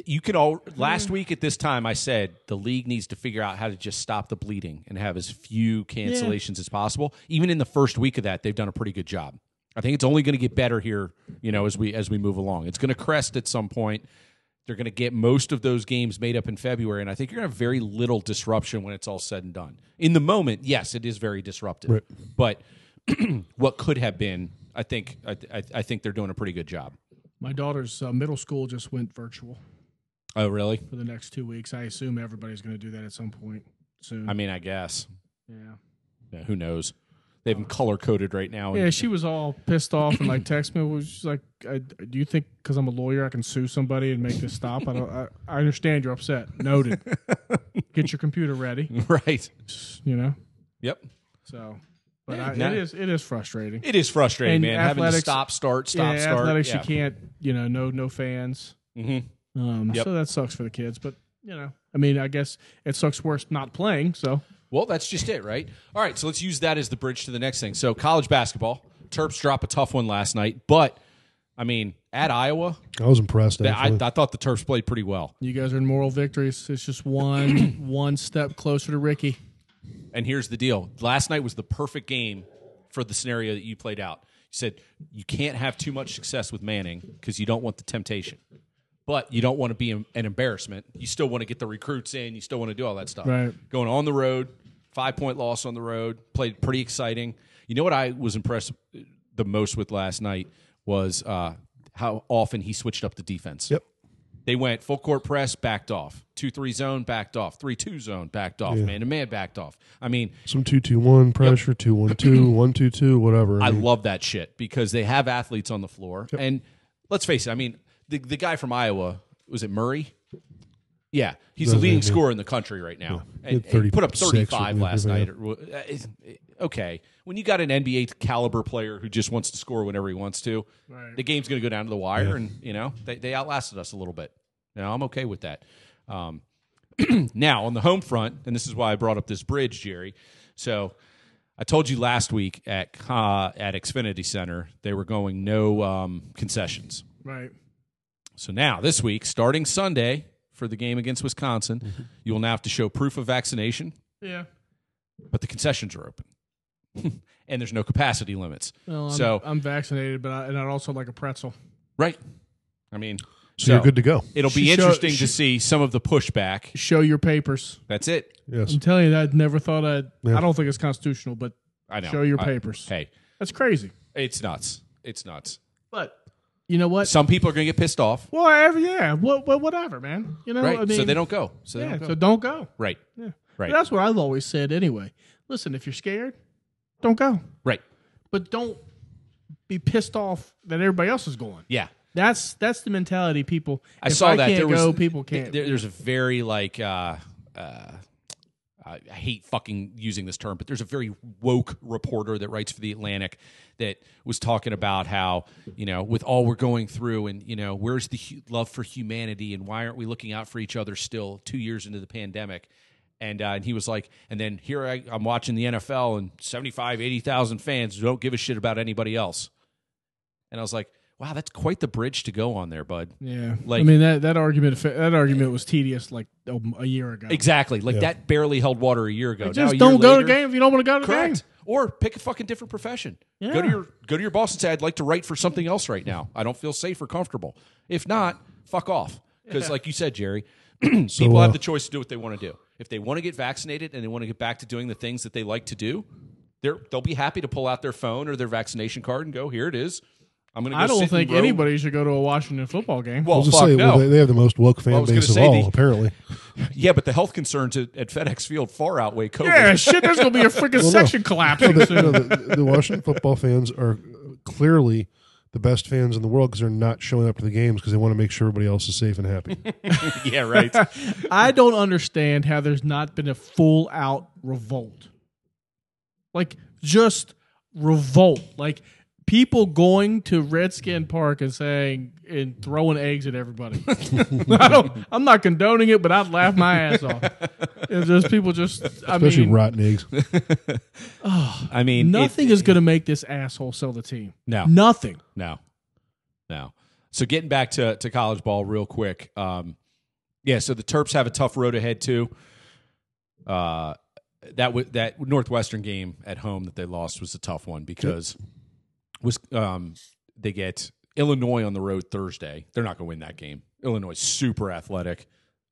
you can all last week at this time I said the league needs to figure out how to just stop the bleeding and have as few cancellations as possible. Even in the first week of that, they've done a pretty good job. I think it's only going to get better here, you know, as we as we move along. It's going to crest at some point. They're going to get most of those games made up in February, and I think you're going to have very little disruption when it's all said and done. In the moment, yes, it is very disruptive,
Right.
but what could have been, I think, I, I, I think they're doing a pretty good job.
my daughter's uh, middle school just went virtual
Oh, really?
for the next two weeks. I assume everybody's going to do that at some point soon.
I mean, I guess.
yeah.
Yeah, who knows? They have them color coded right now.
Yeah, she was all pissed off and like text me. Was she's like, I, "Do you think because I'm a lawyer I can sue somebody and make this stop?" I don't. I, I understand you're upset. Noted. Get your computer ready.
right.
You know.
Yep.
So, but
Yeah,
I,
no.
it is it is frustrating.
It is frustrating,
And
man. having to
athletics-
stop, start, stop,
yeah,
start.
athletics
yeah.
you can't. You know, no no fans.
Mhm.
Um,
Yep.
So that sucks for the kids. But you know, I mean, I guess it sucks worse not playing. So
Well, that's just it, right? All right, so let's use that as the bridge to the next thing. So, college basketball. Terps drop a tough one last night, but I mean, at Iowa,
I was impressed.
I,
Actually.
I thought the Terps played pretty well.
you guys are in moral victories. It's just one one step closer to Ricky.
And here's the deal: last night was the perfect game for the scenario that you played out. You said you can't have too much success with Manning because you don't want the temptation, but you don't want to be em- an embarrassment. You still want to get the recruits in. You still want to do all that stuff.
Right.
Going on the road, five point loss on the road, played pretty exciting. You know what I was impressed uh, the most with last night was uh, how often he switched up the defense.
Yep.
They went full court press, backed off. 2 3 zone, backed off. 3 2 zone, backed off. Man to man, backed off. I mean,
Some two two one pressure, two one two, one two two, whatever.
I
I mean,
love that shit because they have athletes on the floor. And let's face it, I mean, the, the guy from Iowa, was it Murray? Yeah, he's
No,
the
they-
leading
they-
scorer in the country right now.
Yeah,
And,
he had
and he put up
36
35
or
last
whatever,
night. Uh, it's- Okay, when you got an NBA caliber player who just wants to score whenever he wants to,
Right.
the game's going to go down to the wire,
Yeah.
and you know they, they outlasted us a little bit. Now I'm okay with that. Um, now on the home front, and this is why I brought up this bridge, Jerry. So I told you last week at uh, at Xfinity Center they were going no um, concessions.
Right.
So now, this week, starting Sunday for the game against Wisconsin,
Mm-hmm.
you will now have to show proof of vaccination,
Yeah.
but the concessions are open. and there's no capacity limits.
Well, I'm,
So-
I'm vaccinated, but I, and I'd also like a pretzel.
Right. I mean,
So, you're good to go.
it'll be
She show-
interesting
she-
to see some of the pushback.
Show your papers.
That's it.
Yes.
I'm telling you, that I'd never thought I'd.
Yeah.
I don't think it's constitutional, but
I know.
show your
I-
papers.
Hey,
That's crazy.
it's nuts. It's nuts.
But you know what?
Some people are going to get pissed off.
Well, I- yeah. What, what, whatever, man. You know,
Right.
I mean,
so they don't go. So they
Yeah.
don't go.
So don't go.
right.
Yeah.
Right.
That's what I've always said. Anyway, listen, if you're scared, don't go.
Right.
But don't be pissed off that everybody else is going.
Yeah.
That's that's the mentality people.
I
if
saw
I
that
Can't
there was
go, people can't.
There, there's a very like uh, uh, I I hate fucking using this term, but there's a very woke reporter that writes for the Atlantic that was talking about how you know with all we're going through and you know where's the hu- love for humanity and why aren't we looking out for each other still two years into the pandemic. And, uh, and he was like, and then here I, I'm watching the NFL and 75, 80,000 fans don't give a shit about anybody else. And I was like, wow, that's quite the bridge to go on there, bud.
yeah,
like-
I mean that that argument that argument was tedious like a, a year ago.
Exactly. Like
Yeah.
that barely held water a year ago. Now, a
Just
year
don't go to
later-
the game if you don't want to go to the
Correct.
game.
Or pick a fucking different profession. Go
Yeah.
to your go to your boss and say, I'd like to write for something else right now. I don't feel safe or comfortable. If not, fuck off. Because like you said, Jerry, people
uh,
have the choice to do what they want to do. If they want to get vaccinated and they want to get back to doing the things that they like to do, they're they'll be happy to pull out their phone or their vaccination card and go, here it is. I'm gonna go
I don't
sit in
think
row-
anybody should go to a Washington football game.
well,
I'll just
fuck
say,
no.
well, they, they have the most woke fan
Well, I was gonna
base of
say
all,
the-
apparently.
yeah, but the health concerns at, at FedEx Field far outweigh COVID.
yeah, shit. There's gonna be a freaking
no.
section collapsing
No, the,
soon.
no, the, the Washington football fans are clearly the best fans in the world because they're not showing up to the games because they want to make sure everybody else is safe and happy.
yeah, right.
I don't understand how there's not been a full out revolt. Like just revolt. Like people going to Redskin Park and saying and throwing eggs at everybody. I don't I'm not condoning it, but I'd laugh my ass off. If there's people just I
Especially
mean
rotten eggs.
I mean, it-
nothing is gonna make this asshole sell the team.
No.
Nothing.
No, no. So getting back to to college ball real quick. Um, yeah, so the Terps have a tough road ahead too. Uh, that w- that Northwestern game at home that they lost was a tough one because was um they get Illinois on the road Thursday. They're not going to win that game. Illinois is super athletic.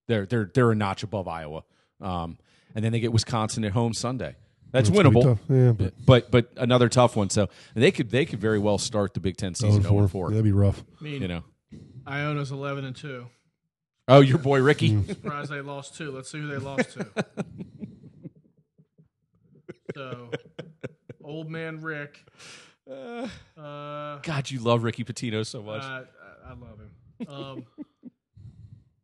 They're they're they're a notch above Iowa. Um, and then they get Wisconsin at home Sunday. That's
It's gonna be
winnable
tough. Yeah, but
but but another tough one. So they could they could very well start the Big Ten season 0
four.
and Oh, four.
That'd be rough.
I mean
You know.
Iona's eleven and two.
Oh, your boy Ricky.
Surprised they lost two. Let's see who they lost to. so, old man Rick. Uh,
God, you love Ricky Patino so
I,
much.
Uh, I I love him. Um,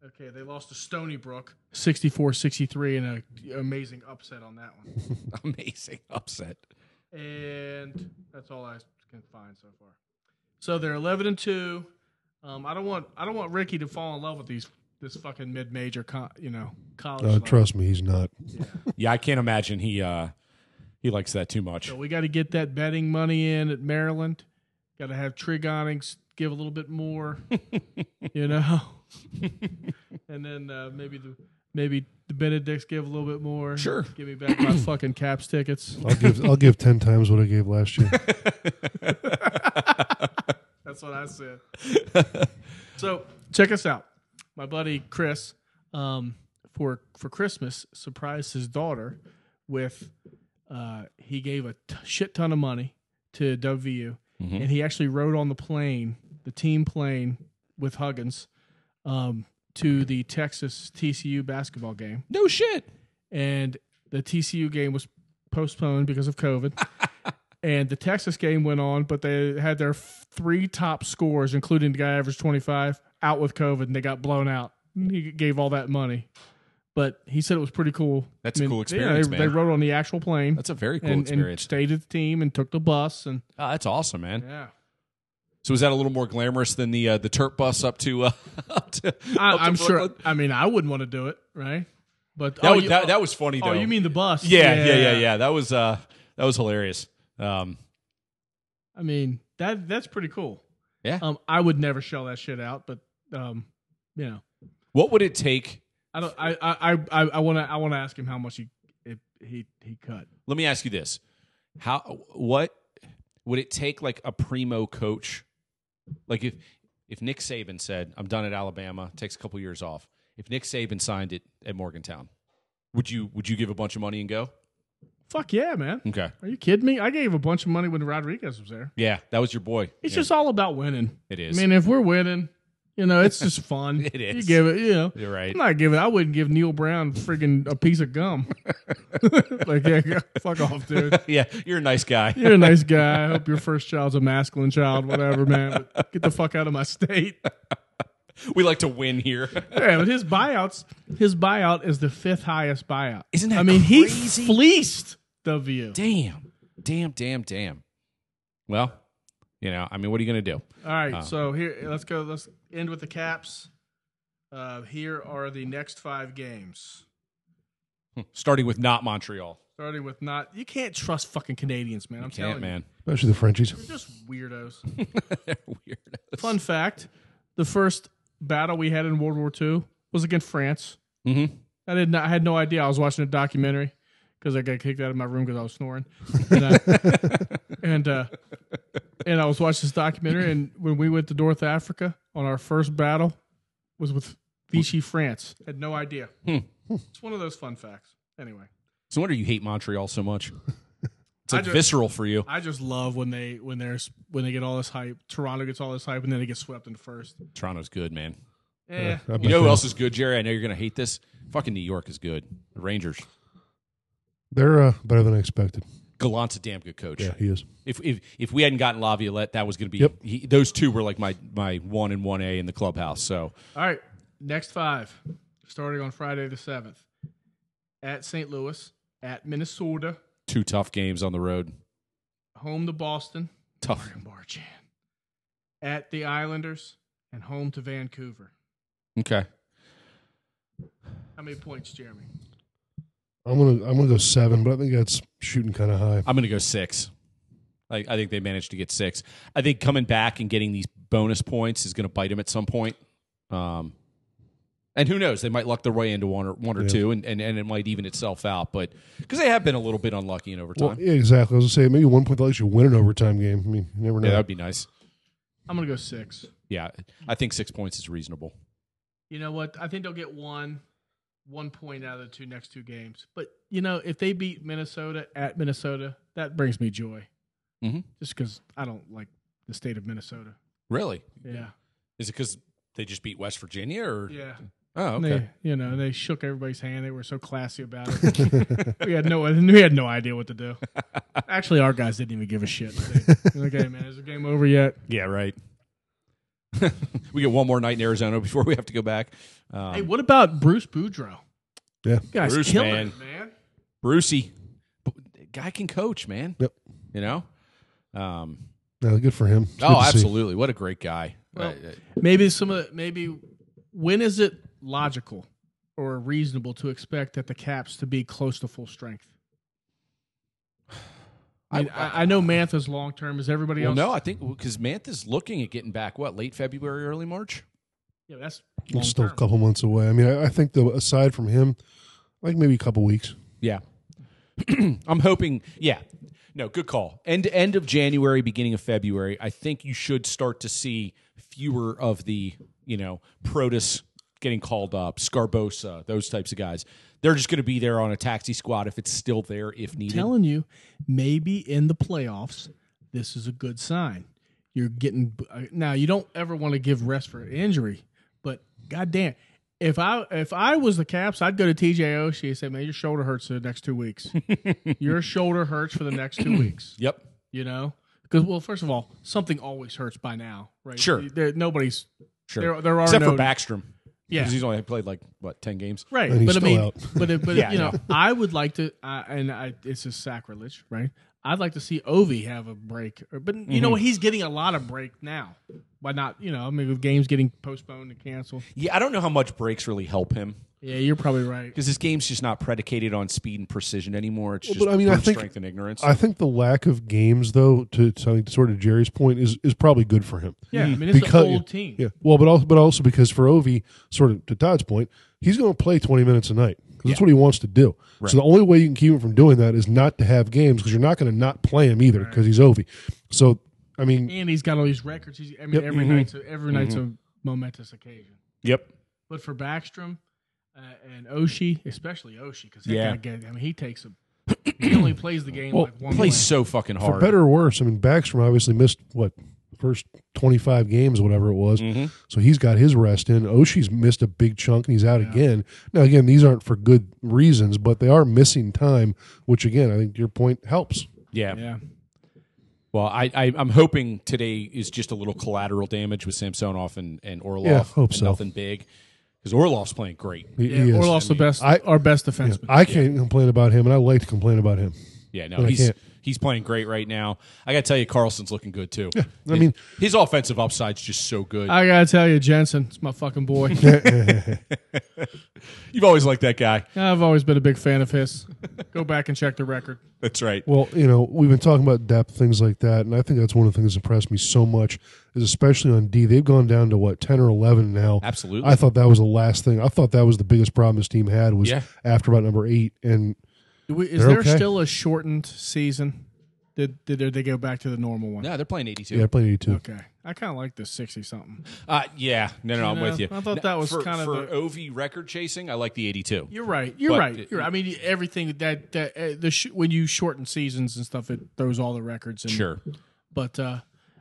okay, they lost to Stony Brook, 64-63 in an amazing upset on that one.
Amazing upset.
and that's all I can find so far. So they're eleven and two. Um, I don't want I don't want Ricky to fall in love with these this fucking mid major, co- you know, college.
Uh,
level.
trust me, he's not.
Yeah, I can't imagine he uh he likes that too much.
So we got to get that betting money in at Maryland. Got to have Trigonings give a little bit more, you know, and then uh, maybe the maybe the Benedicts give a little bit more.
Sure.
give me back my fucking Caps tickets.
I'll give I'll give ten times what I gave last year.
That's what I said. so check us out. My buddy Chris, um, for for Christmas, surprised his daughter with uh, he gave a t- shit ton of money to WVU, and he actually rode on the plane, the team plane with Huggins, um, to the Texas TCU basketball game
No shit.
and the TCU game was postponed because of COVID. and the Texas game went on, but they had their f- three top scores, including the guy averaged 25, out with COVID, and they got blown out. he gave all that money, but he said it was pretty cool.
That's
I
a
mean,
cool
yeah,
experience,
they,
man.
they rode on the actual plane
That's a very cool
and, and
experience.
stayed at the team and took the bus and
oh, that's awesome, man.
yeah.
So is that a little more glamorous than the uh, the Turp bus up to uh, up to?
I,
up to
I'm sure.
Brooklyn?
I mean, I wouldn't want to do it, right? But
that,
oh,
was,
you-
that, that was funny.
oh,
though.
you mean the bus?
Yeah, yeah, yeah, yeah. That was uh, that was hilarious. Um,
I mean that that's pretty cool.
Yeah.
Um, I would never shell that shit out, but um, you know,
what would it take?
I don't. I I I I want to. I want to ask him how much he if he he cut.
Let me ask you this: How what would it take? Like a primo coach, like if if Nick Saban said, "I'm done at Alabama," takes a couple years off. If Nick Saban signed it at Morgantown, would you would you give a bunch of money and go?
Fuck yeah, man.
Okay,
Are you kidding me? I gave a bunch of money when Rodriguez was there.
yeah, that was your boy.
It's
Yeah,
just all about winning.
it
I
is.
mean, if we're winning, you know, it's just fun.
It
You
is.
give it, you know.
You're right.
I'm not giving. I wouldn't give Neil Brown friggin' a piece of gum. like, yeah, go- fuck off, dude.
yeah, you're a nice guy.
You're a nice guy. I hope your first child's a masculine child, whatever, man. But get the fuck out of my state.
We like to win here.
Yeah, but his buyouts, his buyout is the fifth highest buyout.
Isn't that
I mean,
crazy?
he fleeced the view.
damn, damn, damn, damn. Well, you know, I mean, what are you going to do?
All right,
Uh,
so here let's go. Let's end with the caps. Uh, here are the next five games,
Starting with not Montreal.
starting with not. You can't trust fucking Canadians, man. I'm telling
Can't,
you,
man.
especially the Frenchies.
they're just weirdos.
They're weirdos.
Fun fact: the first battle we had in World War II was against France.
Mm-hmm.
I did not. I had no idea. I was watching a documentary because I got kicked out of my room because I was snoring, and I, and, uh, and I was watching this documentary. And when we went to North Africa on our first battle, was with Vichy France. Had no idea.
Hmm.
It's one of those fun facts. Anyway,
So, no wonder you hate Montreal so much. It's like
I ju-
visceral for you.
I just love when they when there's when they get all this hype. Toronto gets all this hype, and then they get swept in the first.
Toronto's good, man.
Eh,
Yeah, I
You know who
Okay.
else is good, Jerry? I know you're going to hate this. Fucking New York is good. The Rangers.
They're uh, better than I expected.
Gallant's a damn good coach.
Yeah, he is.
If, if if we hadn't gotten Laviolette, that was going to be
Yep.
he, those two were like my my one and one A in the clubhouse. So
All right, next five, starting on Friday the seventh, at St. Louis, at Minnesota,
two tough games on the road.
home to Boston,
Tough.
Morgan Barchan, at the Islanders, and home to Vancouver.
Okay.
How many points, Jeremy?
I'm gonna I'm gonna go seven, but I think that's shooting kind of high.
I'm going to go six. I, I think they managed to get six. I think coming back and getting these bonus points is going to bite them at some point. Um, and who knows? They might luck their way into one or one or
Yeah.
two, and, and, and it might even itself out. But because they have been a little bit unlucky in overtime,
Well, yeah, exactly. I was gonna say maybe one point they'll let you win an overtime game. I mean, you never know.
yeah, that would be nice.
I'm gonna go six.
Yeah, I think six points is reasonable.
You know what? I think they'll get one, one point out of the two next two games. But you know, if they beat Minnesota at Minnesota, that brings me joy.
Mhm.
Just because I don't like the state of Minnesota.
Really?
Yeah,
Is it because they just beat West Virginia? Or
yeah.
oh,
And
okay.
They, you know, they shook everybody's hand. They were so classy about it. we had no, we had no idea what to do. Actually, our guys didn't even give a shit. They- okay, man, is the game over yet?
Yeah, right. we get one more night in Arizona before we have to go back. Um,
hey, what about Bruce Boudreau?
Yeah.
You guys,
Bruce,
killing
man.
it, man.
Brucey, B- guy can coach, man.
Yep.
You know. Um,
No, good for him. It's good
oh,
to see.
absolutely! What a great guy.
Well,
Uh, uh,
Maybe some of the, maybe when is it logical or reasonable to expect that the Caps to be close to full strength? I mean, I, I know Mantha's long term is everybody
well,
else.
no, I think because Mantha's looking at getting back. What late February, early March?
yeah, that's long
It's still a
term.
couple months away. I mean, I, I think though, aside from him, like maybe a couple weeks.
Yeah. I'm hoping. Yeah. No, good call. End end of January, beginning of February. I think you should start to see fewer of the you know Protus getting called up, Scarbosa, those types of guys. They're just going to be there on a taxi squad if it's still there, if needed.
telling you, maybe in the playoffs, this is a good sign. You're getting uh, now. You don't ever want to give rest for injury, but goddamn, if I if I was the Caps, I'd go to TJ Oshie and say, "Man, your shoulder hurts for the next two weeks. your shoulder hurts for the next two weeks."
yep.
You know, because well, first of all, something always hurts by now, right?
Sure.
There, nobody's
Sure.
There- there are
except
no-
for Backstrom.
Yeah.
Because he's only played like what ten games.
Right,
And he's
but I
still
mean,
out.
but it, but
Yeah,
you
I
know, I would like to, I and I, it's just sacrilege, right? I'd like to see Ovi have a break, or- but you know, he's getting a lot of break now by not, you know, I mean, with games getting postponed and canceled.
Yeah, I don't know how much breaks really help him
Yeah, you're probably right.
because his game's just not predicated on speed and precision anymore. It's just
but I mean, I
brute
think-
strength and ignorance.
I think the lack of games, though, to, to sort of Jerry's point, is is probably good for him.
Yeah, I mean, it's
Because-
an old team.
Yeah. Well, but also, but also because for Ovi, sort of to Todd's point, he's going to play 20 minutes a night 'cause that's what he wants to do. So the only way you can keep him from doing that is not to have games because you're not going to not play him either because he's Ovi. So, I mean,
and he's got all these records. He's, I mean,
Yep.
every night's a, every night's a momentous occasion.
yep.
But for Backstrom uh, and Oshi, especially Oshi, because
Yeah.
yeah, I mean, he takes him. he only plays the game
Well,
like one
plays
play.
so fucking hard.
for better or worse, I mean, Backstrom obviously missed what first 25 games, whatever it was. So he's got his rest in. Oshie's missed a big chunk and he's out again. Now, again, these aren't for good reasons, but they are missing time, which again, I think your point helps.
Yeah.
Yeah,
Well, I, I I'm hoping today is just a little collateral damage with Samsonov and and Orlov.
Yeah, hope
and
so.
Nothing big because Orlov's playing great.
He-
yeah.
he is.
Orlov's the best,
I-
our best defenseman.
I can't complain about him, and I like to complain about him.
Yeah, no,
But I
he's
can't.
he's playing great right now. I got to tell you, Carlson's looking good too.
I mean-
his, his offensive upside's just so good.
I gotta tell you, Jensen, it's my fucking boy.
You've always liked that guy.
I've always been a big fan of his. Go back and check the record.
That's right.
Well, you know, we've been talking about depth, things like that, and I think that's one of the things that impressed me so much is especially on D. They've gone down to what ten or eleven now.
Absolutely.
I thought that was the last thing. I thought that was the biggest problem this team had was
Yeah.
after about number eight, and
Do we- Is
They're
there
okay.
still a shortened season? Did did did they go back to the normal one?
yeah, they're playing 82.
yeah, I played eighty-two.
Okay, I kind of like the sixty something.
Uh, yeah, no, no, no, I'm
You
with
know,
you.
I thought
No,
that was
for,
kind of
for
a-
OV record chasing. I like the 82.
You're right. You're
But-
right. You're right. I mean, everything that that uh, the sh- when you shorten seasons and stuff, it throws all the records. And,
Sure.
but uh,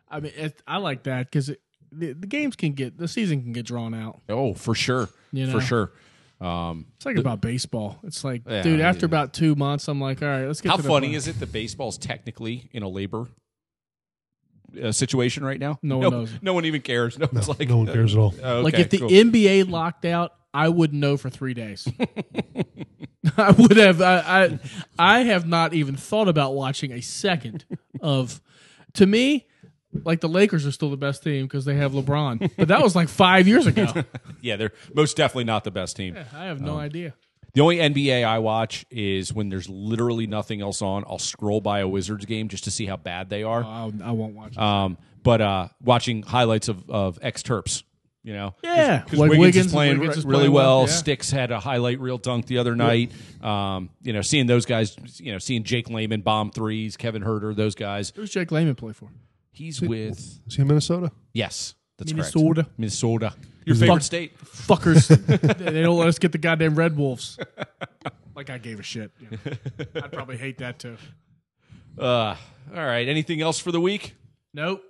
I mean, it, I like that because the, the games can get the season can get drawn out.
Oh, for sure.
You know.
For sure. Um,
It's like about baseball. It's like,
Yeah,
dude,
yeah.
after about two months, I'm like, all right, let's get.
how
to the
funny
fun.
is it that baseball's technically in a labor uh, situation right now?
No one knows.
No one even cares. No, one's like,
no one cares at all.
uh, okay,
Like if the
cool.
NBA locked out, I wouldn't know for three days. I would have. I, I I have not even thought about watching a second of. To me, like the Lakers are still the best team because they have LeBron, but that was like five years ago.
yeah, they're most definitely not the best team.
I have no idea.
The only NBA I watch is when there's literally nothing else on. I'll scroll by a Wizards game just to see how bad they are.
I, I won't watch. It.
Um, but uh, watching highlights of of ex Terps, you know,
Yeah.
because
Like
Wiggins,
Wiggins-
is playing
Wiggins is
really
playing
well.
well, yeah.
Sticks had a highlight reel dunk the other night. Um, you know, seeing those guys, you know, seeing Jake Lehman bomb threes, Kevin Herter, those guys.
Who's Jake Lehman play for?
He's with
Is he in Minnesota?
yes, that's
Minnesota.
correct. Minnesota, your favorite
Fuck.
state.
Fuckers! they they don't let us get the goddamn Red Wolves. Like I gave a shit. you know. I'd probably hate that too.
Uh, all right. Anything else for the week?
Nope.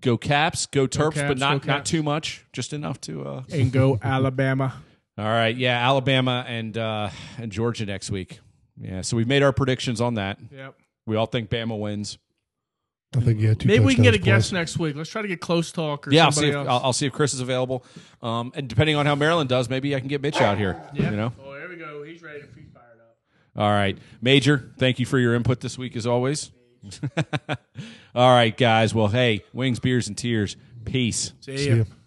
Go Caps, go Terps,
Caps,
but not
go
not
Caps.
too much, just enough to. Uh...
And go Alabama.
All right, yeah, Alabama and uh, and Georgia next week. Yeah, so we've made our predictions on that.
Yep.
We all think Bama wins.
I think yeah. Two
Maybe we can get a
touchdowns
guest
plus.
next week. Let's try to get close talk or
Yeah, I'll see.
somebody
If,
else.
I'll, I'll see if Chris is available. Um, and depending on how Maryland does, maybe I can get Mitch out here. You know.
Oh, there we go. He's ready. He's fired up.
All right, Major. Thank you for your input this week, as always. all right, guys. Well, hey, wings, beers, and tears. Peace.
See,
See
ya.
ya.